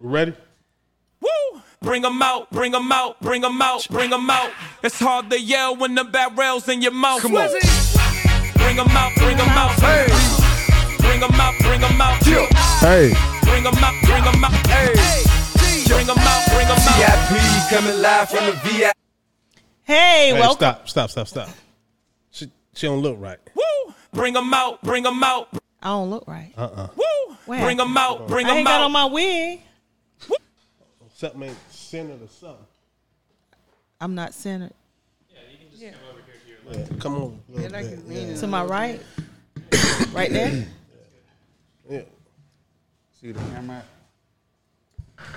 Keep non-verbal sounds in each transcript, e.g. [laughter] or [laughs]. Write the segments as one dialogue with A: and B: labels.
A: Ready?
B: Woo! Bring them out, bring them out, bring them out, bring them out. It's hard to yell when the barrel's in your mouth.
C: Come on.
B: Bring them out, bring them out. Hey. Bring them out, bring them out. Yeah.
A: Hey.
B: Bring them out, bring them out. Hey. Bring them out, bring them out.
C: VIP coming live from the VIP.
D: Hey,
A: Hey,
D: welcome.
A: stop, stop, stop, stop. She she don't look right.
B: Woo! Bring them out, bring them out.
D: I don't look right.
A: Uh-uh.
B: Woo!
D: Where?
B: Bring them out, bring
D: I
B: them
D: ain't got
B: out.
D: on my wig.
A: Something ain't centered or something.
D: I'm not centered.
A: Yeah, come on. a little bit. Yeah.
D: To my
A: [coughs]
D: right, right
A: Uh-huh.
D: there.
A: Yeah.
E: See the camera?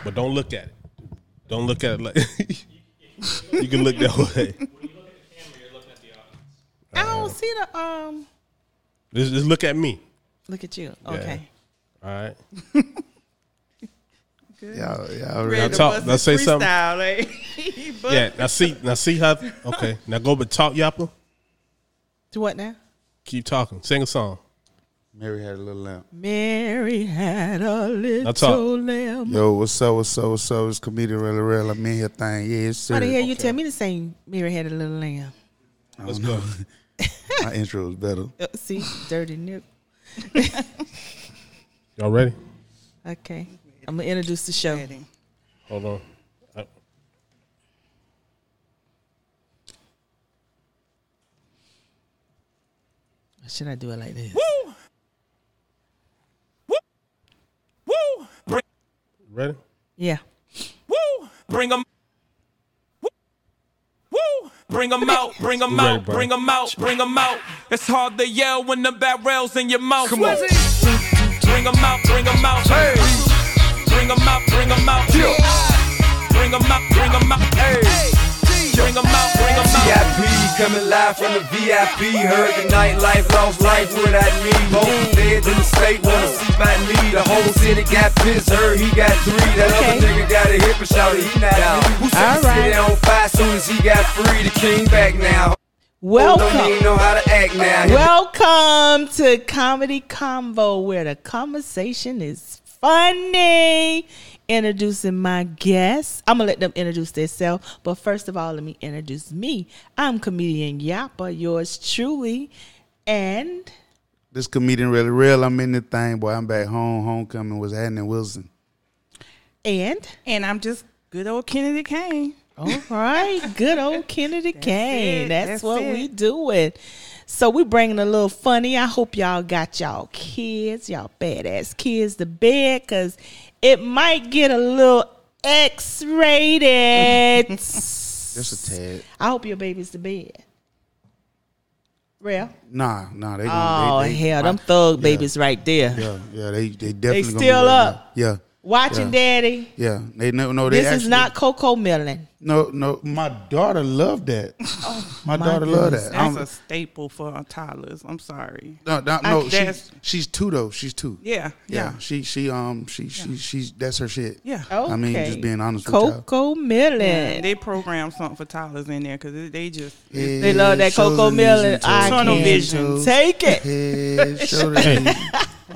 A: But don't look at it. Don't look at it like [laughs] you can look that way.
D: I don't see the um.
A: Just, just look at me.
D: Look at you. Okay.
A: All right.
E: Yeah, yeah. Ready.
A: Now talk. Now say something.
D: Like,
A: eh? Yeah. Now see. Now see how. Okay. Now go but talk, Yappa.
D: [laughs] Do what now?
A: Keep talking. Sing a song.
E: Mary had a little lamp.
D: Mary had a
A: talk.
D: little lamb.
E: Yo, what's up? What's up? What's up? It's comedian Rel Rel. I'm in here, thing. Yeah, it's
D: How the hell
E: serious.
D: you tell me to sing Mary had a little lamb?
A: Let's go.
E: [laughs] My intro is better.
D: Uh, see, dirty nip.
A: Y'all ready?
D: Okay. I'm gonna introduce the show.
A: Hold on. Uh, I-
D: Should I do it like this?
B: Woo! Woo! Woo! Bring,
A: Ready?
D: Yeah.
B: woo! Bring them. Woo! Bring them out, bring them
A: Ready,
B: out,
A: bro.
B: bring them out, bring them out. It's hard to yell when the barrel's in your mouth.
C: Come on.
B: Bring them out, bring them out. Hey. Bring them out, bring them out. Yeah. Bring them out, bring them out. Hey. Bring them out, bring them out.
C: VIP coming live from the VIP. Heard the nightlife, lost life, what I need. Most dead in the state, wanna see my knee. The whole city got pissed, heard he got three. That
D: Okay.
C: other nigga got a hip and shouted, he not out. Who said
D: All
C: the city
D: right.
C: on fire soon as he got free? The king back now. Don't even
D: Welcome.
C: know how to act now.
D: [laughs] Welcome to Comedy Combo, where the conversation is funny. Introducing my guests. I'm going to let them introduce themselves. But first of all, let me introduce me. I'm comedian Yappa, yours truly. And
E: This comedian Rel Rel. I'm in the thing, boy. I'm back home. Homecoming was happening in Wilson.
D: and
F: And I'm just good old Kennedy Kane.
D: all right, good
E: [laughs]
D: old Kennedy Kane.
F: it,
D: That's,
F: that's
D: what
F: it.
D: we doing. So we bringing a little funny. I hope y'all got y'all kids, y'all badass kids to bed, cause it might get a little X-rated.
E: [laughs] Just a tad.
D: I hope your baby's to bed. Real.
E: Nah, nah. They
D: Oh
E: gonna, they, they,
D: hell,
E: my-
D: them thug babies right there.
E: Yeah, yeah. They they definitely gonna be
D: still
E: right
D: up.
E: now. Yeah.
D: Watching
E: yeah.
D: daddy.
E: Yeah, they no, no. They
D: This
E: actually,
D: is not Coco Melon.
E: [laughs] no, no. My daughter
D: [laughs]
E: loved that.
D: Oh
E: my, daughter loved that.
F: That's
D: Um,
E: I'm-
F: a staple for our toddlers. I'm sorry.
E: No, no, no.
F: I-
E: She's,
F: that's-
E: she's two though. She's two.
F: Yeah,
E: yeah.
F: yeah.
E: She, she, um, she, she, she's that's her shit.
F: Yeah.
D: Okay.
E: I mean, just being honest with y'all.
D: Coco Melon.
F: They program something for toddlers in there because they just.
D: They love that Coco Melon. I
F: Tunnel
D: can't
F: vision.
D: take [laughs] it.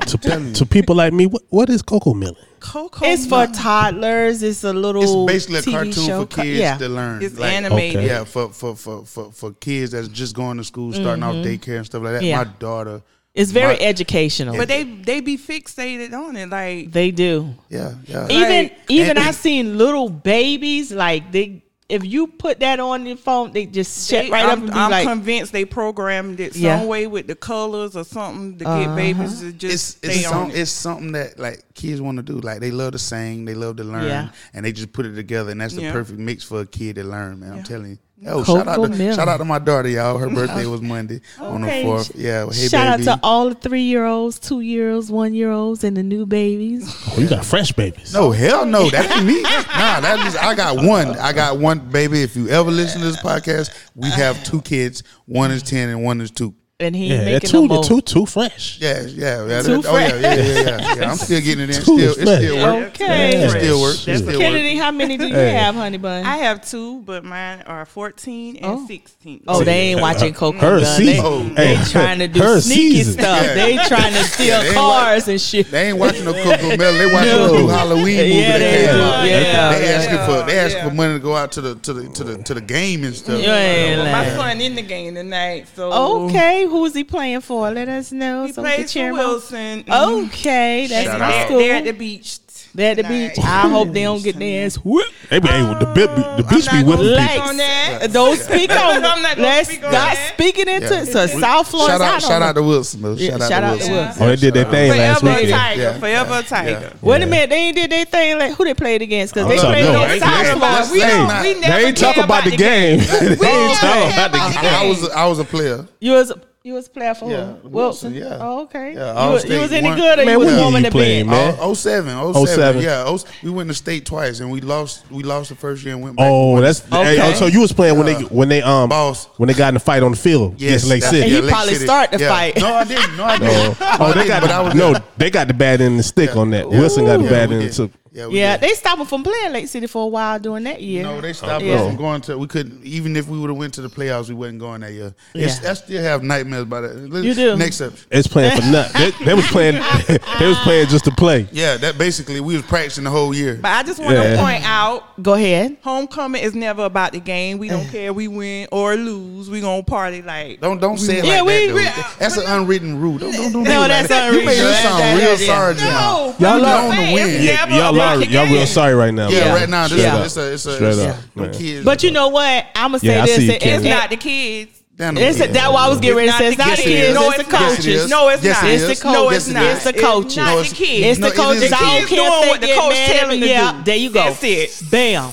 A: To, to people like me, what, what is cocoa milk?
F: Coco.
D: It's for toddlers. It's a
E: It's
D: little
E: basically a
D: TV
E: cartoon
D: show.
E: for kids
D: yeah.
E: to learn.
F: It's
E: Like,
F: animated.
A: Okay.
E: Yeah, for, for for for for kids that's just going to school, starting off daycare and stuff like that.
D: Mm-hmm. Yeah.
E: My daughter.
D: it's very
E: my-
D: educational.
F: But they they be fixated on it. Like,
D: they do.
E: Yeah, yeah.
D: even
F: Right.
D: even
E: And-
D: I seen little babies like they if you put that on your phone, they just shut
F: they-
D: right up
F: I'm,
D: and be
F: I'm
D: like,
F: convinced they programmed it some
D: Yeah. Uh-huh.
F: way with the colors or something to get babies to just
E: it's
F: stay
E: it's,
F: on
E: some,
F: it.
E: it's something that like kids want to do. Like they love to sing, they love to learn,
D: Yeah.
E: and they just put it together, and that's the
F: Yeah.
E: perfect mix for a kid to learn. Man, I'm telling you. Oh,
D: Coco
E: shout out to
D: Melon.
E: shout out to my daughter,
D: [laughs]
E: y'all. Her birthday was Monday on the
D: Okay.
E: fourth. Yeah, well, Oh, hey
D: shout
E: baby.
D: out to all the three year olds, two year olds, one year olds, and the new babies.
A: Oh, you got fresh babies.
E: no, hell no, that ain't me. Nah, that is I got one. I got one baby. If you ever listen to this podcast, we have two kids. One is ten and one is two.
D: and he ain't
A: Yeah, that
D: making no
A: too, the
D: more.
A: too, too fresh.
E: Yeah, yeah, yeah.
D: Too
E: that- oh yeah, yeah, yeah, yeah, yeah. I'm still getting it in. Still, it still
A: fresh.
E: works.
D: Okay.
E: It still works. It
F: That's
E: still works.
D: Kennedy, how many do you have, honey bun?
F: I have two, but mine are 14 and
D: Oh.
F: 16.
D: oh, they ain't watching Coco. Gun.
A: Her
D: They,
A: season.
E: Oh,
D: they
A: Hey,
D: trying to do
A: her
D: sneaky
A: season.
D: stuff.
E: Yeah.
D: They trying to steal
E: they ain't wa-
D: cars and shit.
E: They ain't watching no Coco Melon. They watching
A: No.
E: no. new Halloween movie.
D: Yeah,
E: that
D: they
E: came
D: do. Yeah,
E: out. they
D: yeah.
E: asking for they asking
F: Yeah.
E: for money to go out to the to the to the to the game and stuff.
D: You ain't
F: My
D: lying.
F: son in the game tonight, so
D: Okay, who is he playing for? Let us know.
F: He
D: so we can
F: plays
D: cheer
F: for
D: him on.
F: Wilson.
D: Oh,
F: Mhm.
D: Okay, that's
E: Shout
D: my
E: out.
D: school.
F: They're at the beach.
D: They're at the
F: tonight.
D: beach. I hope they don't get their ass [laughs] whipped.
A: They be able the, bit be- the
F: I'm
A: bitch be whipping
F: not gonna
A: people.
F: speak on that.
D: Don't speak
E: [laughs]
D: on
F: I'm not
D: it.
F: gonna
D: Let's
F: speak
D: not
F: on that.
D: speak it into
E: Yeah.
D: it. So South Florida,
E: Shout
D: I
E: out,
D: don't
E: shout
D: know.
E: out to Wilson though.
D: Yeah,
E: Shout
D: shout
E: out to
D: out to
E: Wilson.
D: Wilson.
A: Oh, they did their
E: shout out.
A: thing last
F: Forever a
A: weekend.
F: tiger.
E: Yeah.
F: Forever a
E: Yeah.
F: tiger.
D: Wait
A: Yeah.
D: a minute, they ain't did their thing. Like who they played against?
E: Oh,
D: Because
A: I'm
D: they
A: talking-
D: played
A: no,
D: on
A: ain't-
D: South
A: ain't-
D: Florida.
F: We
E: Hey,
F: don't.
E: not-
F: we
E: they
F: never
A: They ain't talking
F: care
A: about the
D: [laughs]
A: game. They ain't talking about the game.
E: I, I was I was a player.
D: You was you was playing for
E: Yeah,
D: who?
E: Wilson, yeah.
D: Oh, okay.
E: Yeah,
D: you,
E: All
D: was, you
E: State
D: was any
E: won.
D: good or
A: Man,
D: you was
A: what year
D: warming
A: you
D: the
A: playing,
D: bed?
A: man?
E: Oh, 07, 07,
A: 07.
E: yeah. oh s- we went to state twice and we lost. We lost the first year and went back. and
A: Oh,
E: won.
A: that's hey,
D: Okay.
A: oh, so you was playing when they when they um
E: Boss.
A: when they got in the fight on the field against
E: Yes,
A: Lake
E: that-
A: City.
D: And he probably started the fight.
E: No, I didn't. No, I
A: Oh,
E: didn't.
A: oh, they got
E: but I was
A: the, no, they got the bad end of the stick on that. Wilson got the
E: Yeah,
A: bad
E: we
A: end.
E: did.
A: So
E: Oh, Yeah, we
D: Yeah,
E: did.
D: they stopped him from playing Lake City for a while during that year.
E: No, they stopped
D: Yeah.
E: us from going to. We couldn't even if we would have went to the playoffs, we wasn't going that year. It's,
D: Yeah.
E: I still have nightmares about that. Let's-
D: You do.
E: Next up,
A: it's playing for nothing. They, they was playing. [laughs] they was playing just to play.
E: yeah, that basically we was practicing the whole year.
F: But I just want to
A: Yeah.
F: point out,
D: Go ahead.
F: homecoming is never about the game. We don't care we win or lose. We gonna party like.
E: Don't don't say it
D: Yeah,
E: like
D: we-
E: that.
D: we-
E: though. that's an unwritten rule. Don't don't, don't
D: [laughs]
E: do
D: No,
E: it
D: that's
E: like that. You
D: unwritten.
E: made us
D: That's
E: sound
D: that-
E: real
D: yeah.
E: sorry just now.
A: Y'all
F: No, but
A: are-
F: I'm
E: Y'all
F: saying
E: wanna
F: it's
E: win.
A: Yeah,
F: never
A: y'all
F: about
A: are
F: the
A: y'all
F: game.
A: real sorry right now.
E: Yeah,
A: man.
E: right now this
A: Straight
E: is
A: up.
E: it's a it's a
A: Straight
E: it's
A: up,
E: a- them
A: man.
E: kids.
D: But you know what? I'm gonna say
A: Yeah, I
D: this.
A: see you,
D: it-
A: Kennedy.
F: It's not the kids.
E: Damn them
D: It's a,
E: kids.
D: that's why I was getting ready to say it's not the
E: Yes, it is.
D: kids.
F: No,
D: It's the
F: it's not.
E: Yes, it
D: coaches.
E: is.
F: No, it's
E: Yes,
F: not.
E: it is.
D: It's the coaches.
E: Yes, it
D: It's
E: is.
D: the coaches.
F: not
E: No,
F: the
E: it's-
F: kids.
D: It's
E: No,
D: Oh, the
E: it
D: coaches.
E: is the
D: I don't
F: kids
D: care
F: doing
D: if
F: what
D: they
F: the
D: get
F: coach
D: mad
F: tell
D: or-
F: 'em to
D: yeah,
F: do.
D: There you go.
F: That's it.
D: Bam.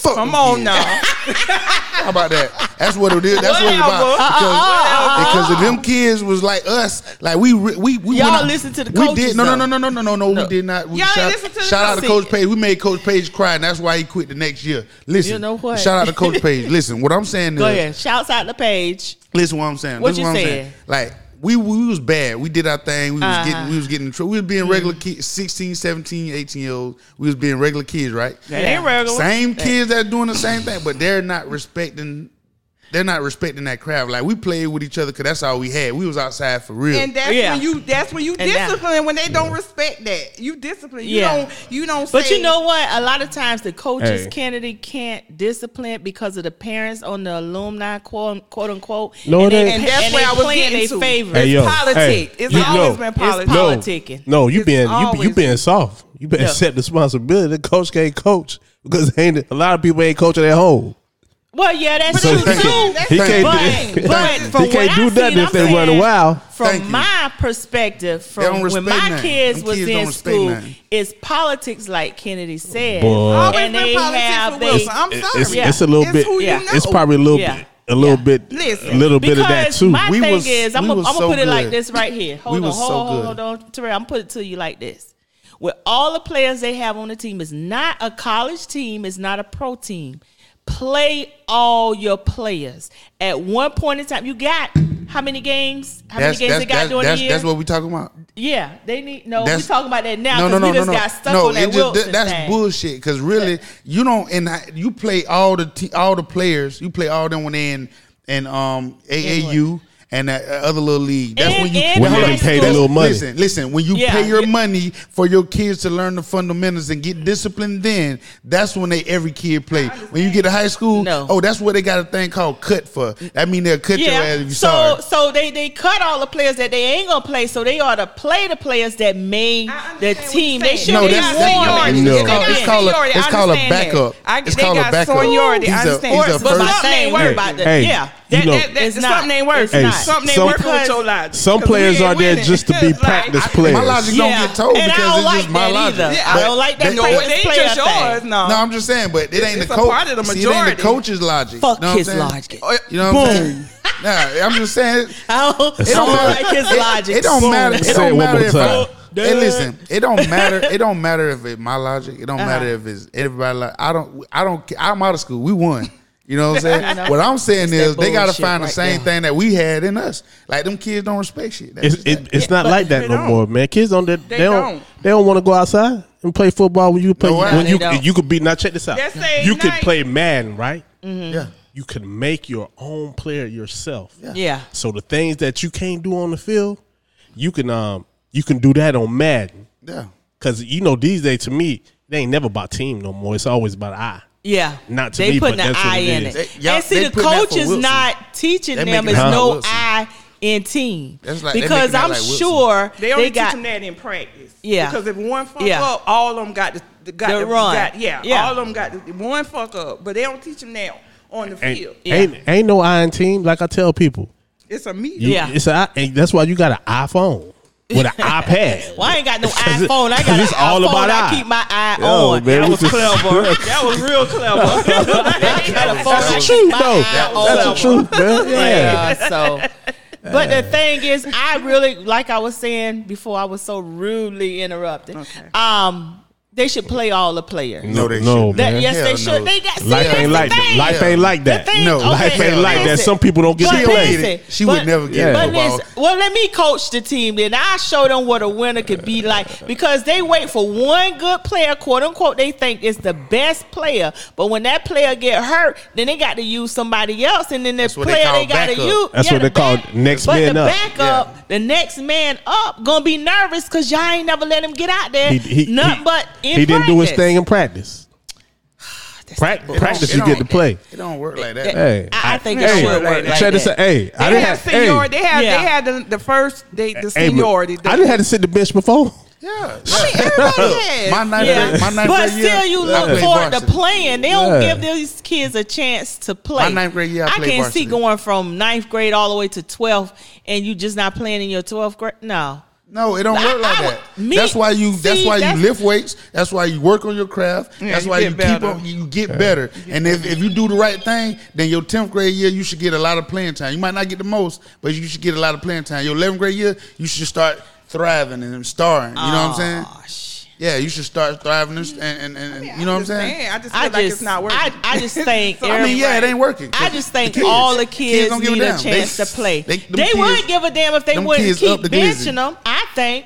E: Fuck
F: Come
E: them
F: on
E: kids.
F: now.
E: How about that? That's what it is. That's what it's about.
F: Whatever.
E: Because,
D: Uh-uh,
E: because if them kids was like us, like we re- we we
D: Y'all
E: went out-
D: listen to the
E: we
D: coaches,
E: did, no, no,
D: though.
E: no, no, no, no, no, no, We did not. We
F: Y'all ain't
E: shout
F: listen to the
E: shout out to
F: coaches.
E: Coach Page. We made Coach Page cry, and that's why he quit the next year. Listen,
D: You know what?
E: Shout out to Coach Page. Listen, what I'm saying
D: Go
E: is,
D: ahead. Shouts out the page.
E: Listen what I'm saying.
D: What
E: Listen
D: you
E: what I'm
D: said?
E: saying. Like we, we was bad. We did our thing. We was
D: Uh-huh. Mm-hmm.
E: getting we was getting in trouble. We was being regular kids, 16, 17, 18 year olds. We was being regular kids, right?
F: It ain't regular.
E: Same kids that doing the same thing, but they're not respecting they're not respecting that crowd. Like we played with each other cuz that's all we had. We was outside for real.
F: And that's
D: Yeah.
F: when you that's when you
D: And that-
F: discipline when they don't respect that. You discipline. You
D: Yeah.
F: don't you don't
D: But
F: say,
D: you know what? A lot of times the coaches,
A: Hey.
D: Kennedy, can't discipline because of the parents on the alumni, quote, quote unquote.
A: No, it
D: and
A: ain't.
D: They,
F: And that's
D: and
F: where
D: they
F: I was
D: playing
F: getting
D: their
F: to.
D: favorites.
A: Hey, yo,
F: politics.
A: hey,
F: It's
A: you-
F: always
A: no,
F: been
A: it's
F: politics.
A: No,
D: politicking.
A: no, you
F: It's
A: being you, you
F: always-
A: being soft. You better
D: Yeah.
A: accept the responsibility. The coach can't coach because [laughs] ain't a lot of people ain't coaching at home.
D: Well, yeah, that's
A: So
D: true
A: he
D: too.
A: can't-
E: he
D: but,
E: can't do-
D: but
E: Thank you.
D: from
A: He can't
D: what
A: do
D: I
A: nothing
D: seen,
A: if
D: I'm
A: they run
D: saying,
A: wild.
D: From
E: Thank you.
D: my perspective, from
E: don't
D: when my
E: respect nothing.
D: kids
E: Them
D: was
E: kids don't
D: in
E: respect
D: school,
E: nothing.
D: it's politics like Kennedy said,
A: Boy. Always
F: Always
D: and
F: been
D: they
F: politics
D: have
F: with
D: they.
F: Wilson. I'm
A: It-
F: sorry.
A: It's,
D: Yeah.
A: it's a little
F: It's
A: bit.
F: who you
D: Yeah. know.
A: It's probably a little
D: Yeah.
A: bit. A little bit.
F: Listen.
A: a little bit of that
D: Because
A: too.
D: my
E: We
D: thing
E: was-
D: is, I'm
E: we
D: gonna
E: was
D: I'm
E: so
D: put it like
E: good.
D: this right here. Hold
E: We
D: on,
E: was
D: hold,
E: so
D: on, hold,
E: good.
D: on, Terrell. I'm put it to you like this: with all the players they have on the team, it's not a college team, it's not a pro team. Play all your players at one point in time. You got how many games? How many games they got during
E: that's,
D: the year?
E: that's what we talking about.
D: yeah, they need. No, we
E: That's-
D: talking about that now because we just got stuck on that
E: it just-
D: Wilson
E: that's
D: thing.
E: bullshit. Because really, you don't. And I, you play all the te- all the players. You play all them when they in and um AAU and that uh, other little league. That's
D: And-
E: when you
D: and
A: When
D: high
A: they done paid a
D: school.
A: little money.
E: Listen, listen. When you
D: Yeah.
E: pay your money for your kids to learn the fundamentals and get disciplined, then that's when they every kid play. When you get to high school,
D: No.
E: oh, that's where they got a thing called cut for. That mean they'll cut your ass if you
D: so
E: sorry.
D: so they they cut all the players that they ain't gonna play, so they ought to play the players that made
F: I
D: the
F: understand what
D: team.
F: you're
D: They
F: saying.
D: should
E: No,
D: have
E: that's,
F: They got
E: that's
A: seniority.
E: no.
A: They
E: It's called,
A: got
E: it's called a,
F: seniority.
E: it's called a
F: I understand
E: backup.
F: that. I-
E: it's
F: they
E: called a
F: got
E: backup.
F: seniority.
E: He's
F: I
E: a,
F: understand.
E: he's a
F: Or- but
D: But
E: first.
D: my
F: Something
D: thing
F: ain't
D: worry
F: working.
D: about that.
A: Hey,
D: yeah.
A: you
F: That,
A: know-
F: that, that,
D: It's
F: something
D: not.
F: ain't working.
D: It's Hey, not.
F: Something
A: some-
F: ain't working with your logic.
A: Some
F: 'Cause
A: players
F: we
A: are
F: ain't
A: there
F: winning.
A: just to be
F: [laughs] Like,
A: practice
F: I-
A: players.
E: My logic
D: Yeah.
E: don't get told
D: And I
E: because
D: don't
E: it's
D: like
E: just my
D: that
E: logic.
D: either. I
E: But
D: don't like that
E: they-
F: No,
D: Like,
F: it
D: it's
F: ain't
D: player
F: just yours.
D: thing.
F: No.
E: No, I'm just saying, but it ain't
F: It's
E: the
F: a
E: coach.
F: part of the
E: See, it ain't
F: majority.
E: the coach's logic.
D: Fuck
E: Know what I'm
D: his
E: saying? Oh,
D: logic.
E: You know what I'm saying? Nah, I'm just saying. It,
D: I don't, I
E: it
D: don't
E: don't matter.
D: like his
E: It-
D: logic.
E: It, don't
D: Boom.
E: matter. It
A: Say it
E: don't
A: one
E: matter
A: more
E: if I.
A: time.
E: Hey, listen. It don't matter. It don't
D: Uh-huh.
E: matter if it's my logic. It don't matter if it's everybody. Like, I don't. I don't. ca- I'm out of school. We won. You know what
D: [laughs]
E: I'm saying?
D: You know?
E: what I'm saying
D: It's
E: is
D: that
E: they got to
D: bullshit
E: find the
D: right
E: same
D: there.
E: thing that we had in us. Like them kids don't respect shit. That's
A: It's
E: just
A: it,
E: that.
A: it's not
F: but
A: like that
F: they
A: no
F: don't.
A: more, man. Kids don't they, they, don't,
F: don't.
A: they don't want to go outside and play football when you play
E: No, why?
A: when
D: They
A: you
D: don't.
A: you could be now check this out.
F: That's a
A: You could
F: night.
A: play Madden, right?
D: Mm-hmm.
E: yeah.
A: You could make your own player yourself.
D: Yeah.
A: So the things that you can't do on the field, you can um you can do that on Madden.
E: Yeah.
A: Cause you know these days to me, they ain't never about team no more. It's always about I.
D: Yeah,
A: Not to
D: they
A: me,
D: putting
A: but
D: an
A: that's what
D: eye
A: it
D: in
A: is.
D: it.
E: They- y'all-
D: and see,
E: they
D: the
E: putting that for
D: coach is
E: Wilson.
D: not teaching
E: They
D: them.
E: making
D: It's
E: it
D: no
E: like Wilson.
D: eye in team
E: That's like- they
D: because
E: making it
D: I'm
E: like Wilson.
D: sure
F: They only
D: got
F: teach them that in practice.
D: Yeah.
F: Because if one fuck
D: Yeah.
F: up, all of them got the, the got
D: The
F: the-
D: run.
F: got- yeah,
D: Yeah.
F: all of them got the, one fuck up, but they don't teach them that on the
A: Ain't,
F: field.
A: ain't ain't no I in team, like I tell people.
F: It's a meeting.
A: You-
D: Yeah.
A: It's a, and that's why you got an iPhone with an iPad.
D: Well, I ain't got no
A: [laughs] 'Cause it-
D: iPhone. I
A: 'cause
D: got an iPhone. I keep my eye
A: Yo,
D: on.
A: Oh, man,
D: I
A: we
D: Oh, was
A: just- [laughs]
D: clever.
F: That was
D: [laughs]
F: real clever.
D: got a phone.
E: That's
D: I
E: the
D: keep
A: truth,
D: my
A: though.
D: eye on.
A: That's the truth, man. Yeah.
D: Yeah,
A: [laughs]
D: so. But the thing is, I really, like I was saying before, I was so rudely interrupted. Um, they should play all the players.
E: No, they
A: No,
E: shouldn't.
A: man.
D: That, yes,
E: Hell
D: they
E: no.
D: should. They got see,
A: Life
D: that's
A: ain't
D: the
A: like that.
D: thing.
A: Life ain't like
D: The
A: that.
D: thing-
E: No, life
D: okay,
E: ain't like
D: listen.
A: that. Some people don't get
D: But
A: to play.
D: listen,
E: She would
D: but-
E: never get
A: Yeah.
D: But
E: no ball.
D: listen, well, let me coach the team. Then I show them what a winner could be like because they wait for one good player, quote unquote. They think is the best player, but when that player get hurt, then they got to use somebody else, and then the
E: That's what
D: player
E: they
D: they,
E: call
D: got to
E: backup.
D: use.
A: That's what
D: the
A: they call next
D: but
A: man
D: the
A: up.
D: Backup, the next man up, gonna be nervous because y'all ain't never let him get out there.
A: He, he,
D: Nothing
A: he-
D: but in
A: he didn't do his
D: practice.
A: thing
D: [sighs]
A: in practice. Prac-
E: It don't-
A: practice,
E: it
A: you get to
E: don't-
A: play.
E: It don't work like that.
A: Hey,
D: I, I think it
A: hey,
D: should work like
A: check
D: that.
A: this out. Hey, I
F: They
A: didn't
F: have
A: have hey,
F: senior. They have
D: Yeah.
F: they had the, the first they, the
A: hey, but
F: seniority. the-
A: I didn't have to sit the bench before.
E: Yeah. [laughs]
F: everybody
E: Look,
F: has.
E: My ninth,
D: Yeah.
E: grade, my ninth
D: but
E: grade year,
D: still, you
E: I
D: look
E: played
D: forward to
E: varsity.
D: playing. They don't
A: Yeah.
D: give these kids a chance to play.
E: My ninth grade year, I
D: I,
E: played
D: can't
E: varsity.
D: see going from ninth grade all the way to twelfth, and you just not playing in your twelfth grade. No,
E: No, it don't
D: I-
E: work like
D: I would-
E: that.
D: me-
E: that's why you. that's
D: see,
E: why you
D: that's-
E: lift weights. That's why you work on your craft.
F: Yeah,
E: that's
F: you
E: why
F: get
E: you keep
F: better.
E: on. You get better. And if, if you do the right thing, then your tenth grade year you should get a lot of playing time. You might not get the most, but you should get a lot of playing time. Your eleventh grade year you should start thriving and starring. You know what I'm saying?
D: Aw, shit.
E: Yeah, you should start thriving and and, and, and you know what I'm saying.
F: I just feel
D: I
F: like
D: just,
F: it's not working.
D: I, I
F: [laughs]
D: just think.
E: I mean, yeah, it
D: everybody-
E: ain't working.
D: I just think
E: The kids-
D: all the
E: the
D: kids,
E: kids don't give a
D: need a,
E: damn. They-
D: chance to play. They,
E: they- them kids-
D: would give a damn if they
E: them
D: wouldn't
E: kids
D: keep
E: up the glizzy.
D: benching them. I think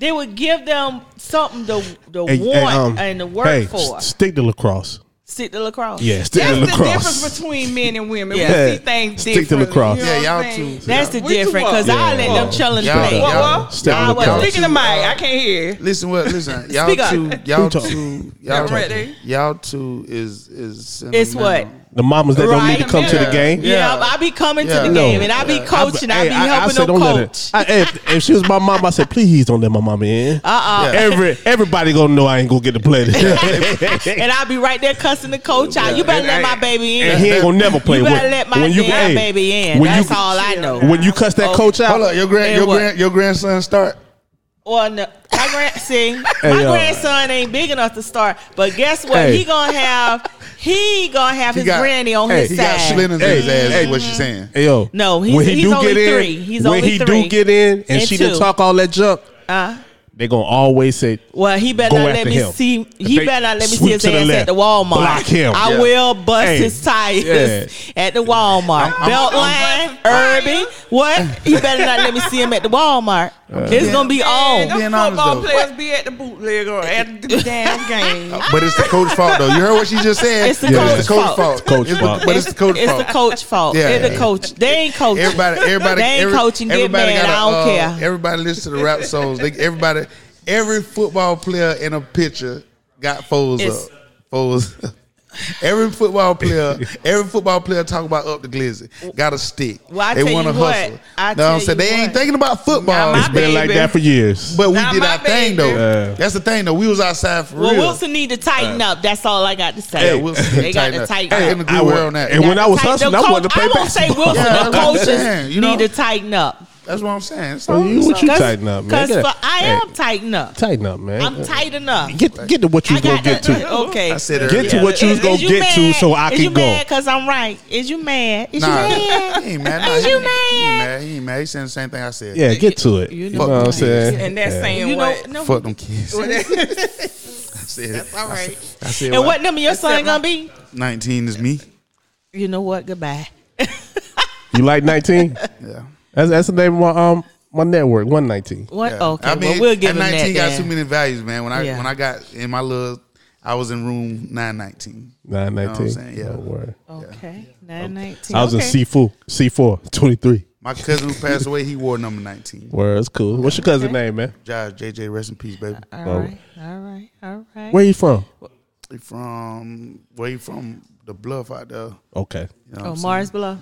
D: they would give them something to, to
A: Hey,
D: want
A: hey, um,
D: and to work
A: hey,
D: for.
A: s- stick to lacrosse.
D: Stick to lacrosse.
A: Yeah, [laughs] stick
F: That's
A: to
F: the
A: lacrosse.
F: difference between men and women.
D: Yeah.
F: We see things
A: Stick to
F: differently.
A: lacrosse.
F: You know
E: Yeah,
F: what I'm
E: y'all
F: saying?
E: too.
D: That's the
F: What you
D: difference
F: want?
D: because I let them
E: Yeah.
D: challenge
E: Y'all-
D: play.
E: y'all-
F: Whoa, whoa.
A: Stick
D: I
A: to
D: was
A: lacrosse.
F: Speaking of Mike, I can't hear.
E: Listen what
D: [laughs]
E: listen. Y'all
D: Speak up.
E: two y'all
A: talking?
E: two y'all
F: Y'all ready?
E: two, y'all two is is
D: It's what?
E: sentimental.
A: The mamas that don't
D: Right.
A: need to come to the
E: Yeah.
A: game.
D: Yeah,
E: Yeah.
D: I be coming to
E: Yeah.
D: the
E: No.
D: game and I be coaching. I,
A: hey,
D: be helping them
A: said, "Don't let her-
D: coach.
A: I- if, if she was my mom, I said, please don't let my mama in.
D: Uh-uh.
E: Yeah.
A: Every everybody gonna know I ain't gonna get to
D: [laughs]
A: play this.
D: And I be right there cussing the coach out. You better let
A: And-
D: my baby in.
A: and he ain't gonna never play
D: You
A: with.
D: better let my
A: you-
D: damn
A: hey,
D: baby in.
A: when
D: That's
A: you-
D: all I know.
A: When you cuss that
D: Oh.
A: coach out,
E: Hold up, your
D: And
E: grand your
D: what?
E: grand your grandson start.
D: Well, no, my grand see, my
A: Hey, yo.
D: grandson ain't big enough to start. But guess what?
A: Hey.
D: He gonna have he gonna have
E: He
D: his
E: got-
D: granny on
A: hey,
D: his
E: He
D: side.
E: got slenders
A: Hey,
E: in his ass
A: hey.
E: is what she's saying.
A: Hey, yo,
D: No, he's-
A: when he
D: he's
A: do
D: only
A: get
D: three.
A: in,
D: He's
A: when
D: only
A: he
D: three.
A: do get in, and,
D: And
A: she
D: two.
A: didn't talk all that junk,
D: Uh,
A: they gonna always say,
D: Well, he better
A: Go
D: not let
A: after
D: me
A: him.
D: see.
A: If
D: He
A: they
D: better not let me see
A: sweep
D: his
A: to the
D: ass at
A: left,
D: the Walmart.
A: block him.
D: I
A: Yeah.
D: will bust
A: Hey,
D: his tires
A: yeah.
D: at the Walmart.
E: I'm- I'm-
D: Beltline,
F: I'm busting
D: Irby,
F: tires.
D: what? He better not let me see him at the Walmart.
A: Uh,
D: it's gonna be
F: Man,
D: on.
F: them
E: Being honest,
F: football
E: though.
F: players be at the bootleg or at
D: [laughs]
F: the damn game.
A: [laughs]
E: But it's the coach's fault though. You heard what she just said.
D: It's the
A: coach's
D: fault.
A: Coach's
E: It's the-
A: fault.
E: But it's the coach's
D: It's the
E: fault.
D: coach fault.
E: Yeah.
D: It's the coach. They ain't coaching. [laughs]
E: Everybody, everybody,
D: They ain't
E: every-
D: coaching. Get
E: everybody
D: mad.
E: gotta,
D: I don't
E: uh,
D: care.
E: Everybody listen to the rap songs. They, everybody, every football player in a picture got foes
D: It's-
E: up. Foes. up. Every football player, every football player talk about up the glizzy. Got a stick.
D: Well, I
E: they
D: tell
E: wanna
D: you what.
E: hustle.
D: I
E: Know what I'm
D: tell
E: saying? They
D: you
E: ain't
D: what.
E: thinking about football.
F: Now, my
A: "It's been like
F: baby.
A: that for years."
E: but we
F: Now,
E: did
F: my
E: our
F: baby.
E: thing though.
A: Yeah.
E: That's the thing though. We was outside for
D: Well,
E: real.
D: Wilson need to tighten
A: Uh,
D: up. That's all I got to say.
E: Yeah, Wilson
D: they got to tighten
E: I
D: up.
E: can agree with her on that.
A: And when I was
D: Tighten-
A: hustling,
D: the
A: I
D: coach-
A: wanted to play
D: I won't say
A: basketball.
D: Wilson.
E: Yeah,
D: the
E: that's what I'm
D: coaches
E: saying, you know?
D: need to tighten up.
E: That's what I'm saying. It's
A: Well,
E: all-
A: you-
E: it's
A: what
E: all-
A: you tighten up, man?
D: Because
A: Get a-
D: I
A: Hey,
D: am tighten up.
A: tighten up, man.
D: I'm tight enough.
A: Get get to what you
D: I
A: was gonna
D: got
A: get
D: the-
A: to.
D: [laughs] Okay.
E: I
A: Get
E: said
A: to
E: earlier.
A: what you was
D: Is-
A: gonna
D: is you
A: get to,
D: mad?
A: so I
D: is
A: can
D: you
A: go.
D: mad because I'm right? Is you mad? Is
E: Nah,
D: you
E: [laughs]
D: mad?
E: he ain't mad. Nah,
D: Is
E: he
D: you
E: ain't- He
D: mad?
E: ain't mad. He ain't mad. He saying the same thing I said.
A: Yeah, get to it.
D: You
A: You
D: know
A: know, what I'm
E: what it is.
A: saying?
F: and that's saying
D: You know,
F: what?
D: no.
E: Fuck them kids. I [laughs]
F: That's
E: said it.
F: all right.
E: I said
D: And
E: what?
D: what number your son gonna be?
E: 19 is me.
D: you know what? Goodbye.
A: You like 19?
E: Yeah.
A: That's that's the name of my um my network. One 19.
D: What?
E: Yeah.
D: Okay.
E: I mean,
D: well, we'll give
E: at
D: him
E: 19
D: that.
E: got
D: then.
E: too many values, man. When I
D: Yeah.
E: when I got in my little, I was in room 919.
A: Nine
E: what I'm
A: nineteen.
E: saying? Yeah.
A: Don't worry.
D: Okay. Nine nineteen.
A: I was
D: okay.
A: in C four. C four. Twenty three.
E: My cousin who passed away, he wore number 19.
A: Word, that's cool. What's your cousin name, man?
E: Josh, JJ, rest in peace, baby.
D: All right. All right. All right.
A: Where you from?
E: He from where you from? The bluff out there. You
A: Okay.
E: know what
D: Oh,
E: I'm
D: Mars below.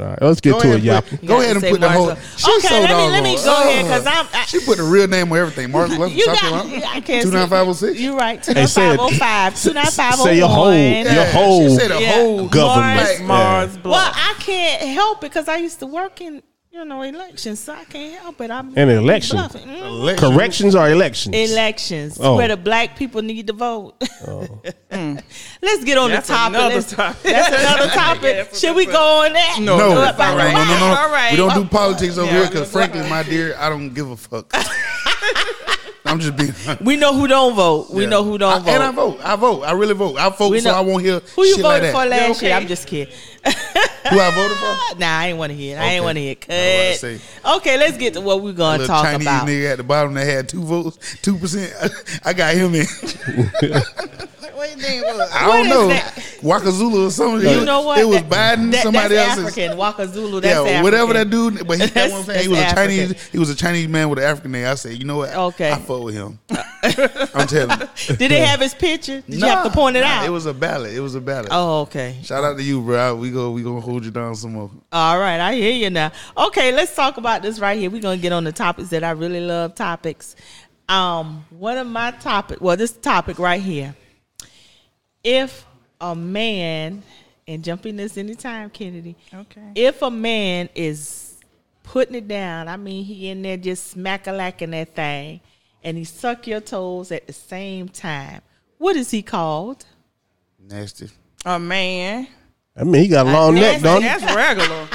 A: All right. Let's get
E: saying?
A: to
E: Go
A: it, y'all.
E: ahead, put, go
D: You gotta
E: ahead and
D: say
E: put the
D: Mars
E: whole.
D: Bluff.
E: She
D: Okay,
E: so
D: let me-
E: doggone-
D: let me go ahead, 'cause I'm- I-
E: she put the real name on everything. Mars Bluff,
D: You
E: South
D: got,
E: Carolina.
D: I can't
E: 29506?
D: You're right.
A: Hey, say it.
D: 29505.
A: Say your whole-
D: 29501.
A: your whole
E: She said a
D: Yeah.
E: whole
A: government.
E: Like,
A: Yeah.
F: Mars Block.
D: Well, I can't help it because I used to work in, you know, elections, so I can't help it. I'm
A: An election.
D: bluffing.
F: Oh.
D: Mm.
E: election.
A: Corrections or elections?
D: Elections
A: Oh.
D: where the black people need to vote.
E: Oh.
D: [laughs] Let's get on
F: Mm. That's
D: the topic.
F: another
D: Let's-
F: topic. [laughs]
D: That's another topic. Should we go on that?
F: No.
E: No,
D: All
E: no,
D: right,
E: no, no, no, no.
D: all right.
E: We don't do politics over
F: Yeah.
E: here because, frankly, my dear, I don't give a fuck.
D: [laughs]
E: I'm just being.
D: We know who don't vote. We
E: Yeah.
D: know who
E: I,
D: don't vote.
E: And I vote. I vote. I really vote. I vote
D: We
E: so
D: know-
E: I won't hear
D: Who you
E: shit like
D: voted
E: that.
D: for last
F: okay?
D: year? I'm just kidding.
E: Who I voted
D: [laughs]
E: for?
D: Nah, I ain't want to hear. it. I
E: Okay.
D: ain't want to hear.
E: I was about to
D: Cut. Okay, let's get to what we're gonna
E: Little
D: talk
E: Chinese
D: about.
E: nigga at the bottom that had two votes, two percent. [laughs] I got him in. [laughs] I
D: What
E: don't
D: is
E: know.
D: that?
E: Wakazula or something.
D: You know what?
E: It was
D: That-
E: Biden.
D: that-
E: somebody
D: that's
E: else's.
D: African. Waka Zulu. That's
E: Yeah, whatever that
D: African.
E: dude. But he, that's what I'm saying. He was
D: That's
E: a Chinese.
D: African.
E: He was a Chinese man with an African name. I said, you know what?
D: Okay.
E: I fuck with him. [laughs] I'm telling you.
D: Did they have his picture? Did [laughs] you have to
E: Nah,
D: point it
E: nah,
D: out?
E: It was a ballot. It was a ballot.
D: oh, okay.
E: Shout out to you, bro. We go. We gonna hold you down some more.
D: All right, I hear you now. Okay, let's talk about this right here. We're gonna get on the topics that I really love. Topics. Um, one of my topic. Well, this topic right here. If a man, and jump in this anytime, Kennedy.
F: Okay.
D: If a man is putting it down, I mean, he in there just smack a lacking that thing, and he suck your toes at the same time. What is he called?
E: Nasty.
F: A man.
A: I mean, he got a long neck,
D: That's-
A: don't he?
D: [laughs]
F: That's regular.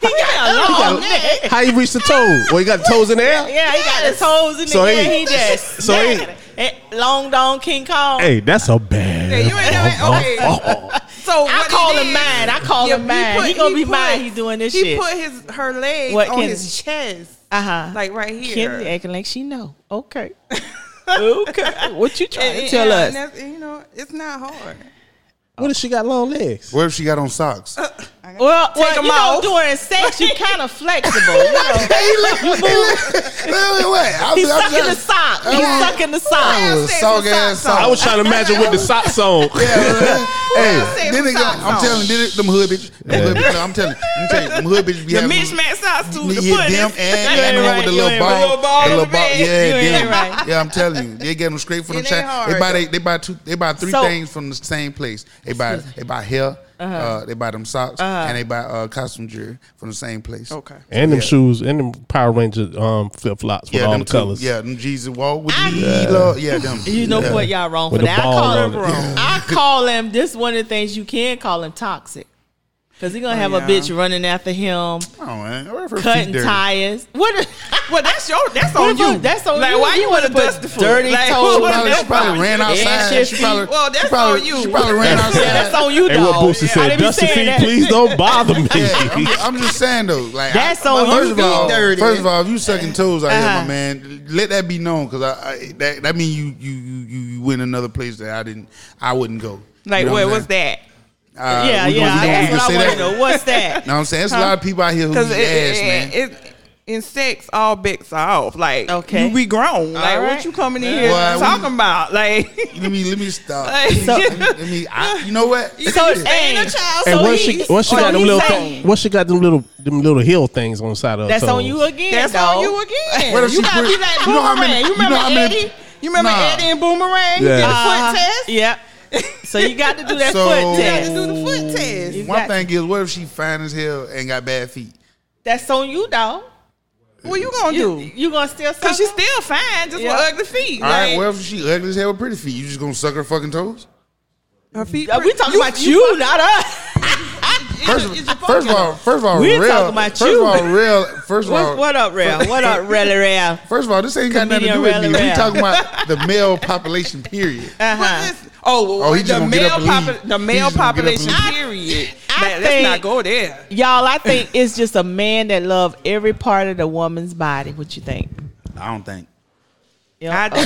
D: He got a [laughs] long neck.
A: How you reach the toe? Well, he got the toes in the air?
D: Yeah, he got his toes in the
A: So
D: air.
A: he-
D: He, just
A: so he-
D: Eh, long dong King Kong.
A: Hey, that's a bad.
F: you ain't know that. Okay. So
D: I
F: what
D: call
F: it
D: him
F: is-
D: mine. I call
F: Yeah,
D: him mine. Oh, He,
F: put-
D: gonna be
F: put-
D: mine. He doing this
F: he
D: shit.
F: put his her leg
D: What
F: on
D: can-
F: his chest,
D: uh huh.
F: like right here.
D: Kennedy acting like she know.
F: [laughs]
D: Okay. okay. What you trying to tell
F: and
D: us?
F: that's- you know, it's not hard.
A: [laughs] What if she got long legs?
E: What if she got on socks?
D: Uh, Well, well,
F: them
D: you
F: off.
D: know, during sex,
F: [laughs]
D: you kind of flexible. You know,
E: Hey, look, look, look. Wait,
D: [laughs]
E: wait, wait. I'm,
D: he's
E: I'm
D: sucking the
E: just-
D: sock. He's
E: I'm-
D: sucking the
E: I'm
D: sock.
E: a Sock ass sock.
A: I was trying to imagine what the socks on. [laughs]
E: Hey,
F: said
E: then
F: the
E: they got,
F: socks
E: I'm
F: on?
E: telling then it, them hood bitches. Them hood bitches I'm telling you, I'm telling you, them hood bitches be
F: The
E: having
F: mismatch size to the
E: yeah,
F: foot. [laughs]
E: them and, and the
D: ain't
E: one with the
D: right,
E: little
D: you ain't
E: ball,
F: right. Little ball
E: the
F: in
E: little
F: the
E: ball.
F: bed.
E: Yeah,
F: You ain't
E: them.
F: right.
E: yeah. I'm telling you, they get them straight from
F: It
E: the
F: ain't
E: China. They
F: hard,
E: buy they, they buy two, they buy three
D: So- Uh-huh.
E: things from the same place. They buy they buy hair, uh they buy them socks, and they buy uh, costume jewelry from the same place.
F: Okay.
A: And them
E: Yeah.
A: shoes, and them Power Ranger um, flip flops with
E: Yeah,
A: all
E: them
A: the colors.
E: Two, yeah, them Jeezy wall with
D: I-
E: me, love. Yeah, them.
D: You know
E: yeah.
D: what? Y'all wrong
A: With
D: for
A: the
D: that. I
A: ball
D: call
A: on
D: him.
A: it.
D: I call him. This one of the things you can call him toxic, because he gonna have
F: Oh, yeah.
D: a bitch running after him.
E: Oh, man. Where her
D: cutting
E: feet dirty?
D: tires. [laughs] What?
F: Well, that's your. That's
D: What
F: on
D: about-
F: you.
D: that's on
F: like,
D: you.
F: Why
D: You
F: you
D: wanna
F: want to
D: put
F: bust the foot?
D: dirty
F: like,
D: toes.
E: She probably, she
F: that's
E: probably
F: on you.
E: ran outside.
D: shit
E: she probably,
F: Well, that's
E: she probably,
F: on you.
E: She probably ran outside.
D: that's on you,
A: And what
D: dog.
A: Boosie
D: I
A: said,
D: didn't be
A: Dusty
D: saying
A: feet,
D: that.
A: please don't bother me.
E: [laughs] Yeah, I'm, just, I'm just saying though. Like
D: That's
E: I,
D: on
E: first
D: you,
E: of all,
D: feet
F: dirty.
E: First of all, if you sucking toes out here,
D: Uh-huh.
E: my man, let that be known because I, I that that mean you you you you you went another place that I didn't I wouldn't go.
F: Like,
E: You know
F: what
E: I'm
F: was
E: saying?
F: that?
E: Uh,
D: Yeah, yeah.
E: we gonna- we gonna- we
D: That's
E: gonna
D: what I
E: say
D: want
E: that.
D: to know. What's
A: [laughs]
D: that?
E: Know what I'm saying? There's a lot of people out here who
F: Because
E: eat
F: it,
E: ass, man.
F: it, it, it- in sex, all bets are off. Like,
D: Okay.
F: you be grown. Like,
D: All right.
F: what you coming in here
E: Well, we-
F: talking about? Like, [laughs]
E: let me let me stop.
F: Like-
E: let, me, let me, let me- I, you know what?
D: [laughs] So,
F: staying
D: hey,
F: a child,
D: so
A: and once
D: he-
A: she, once she
D: so
A: got them
D: he
A: little,
D: saying,
A: once she got them little, them little heel things on the side of her
D: that's
A: toes.
D: on you again.
F: that's
D: dog.
F: on you again.
E: What if
F: you
E: she
F: gotta
E: put-
F: be like
E: you know how
F: Boomerang.
E: many- you
F: you
E: know
F: remember
E: how many-
F: Eddie? You remember
E: Nah.
F: Eddie and Boomerang?
A: Yeah.
F: You did the
D: Uh-huh.
F: foot test?
D: Yep. So you got to do that
E: So-
D: foot
E: You
F: You
D: test.
F: had to do the foot test.
D: You
E: One
D: got-
E: thing is, what if she fine as hell and got bad feet?
D: That's on you, dog.
F: What you gonna
D: You,
F: do?
D: you gonna still suck?
F: Because she's still fine, just
D: Yeah.
F: with ugly feet.
E: All right,
F: like,
E: well, if she ugly as hell with pretty feet, you just gonna suck her fucking toes?
F: her feet.
D: Uh, we
F: pretty-
D: talking about you, not us.
E: First,
F: it's your
E: of, first of all, first of all,
D: We
E: real.
D: talking about
E: first
D: you.
E: of all, real. First of all,
D: What, what up, Rel? What up, Rel? Rel?
E: First of all, this ain't got nothing to do with me.
D: Comedian
E: We
D: Rally
E: talking [laughs] about the male population. Period.
F: But
D: Uh huh.
F: listen- Oh,
E: Oh, he
F: the,
E: just gonna get
F: male
E: up and leave.
F: popu- the
E: He
F: male
E: just gonna get up and
F: population,
E: leave.
F: period.
D: I
F: Let's
D: think
F: not go there.
D: y'all, I think it's just a man that love every part of the woman's body. What you think?
E: I don't think.
F: I
D: Yeah.
F: do.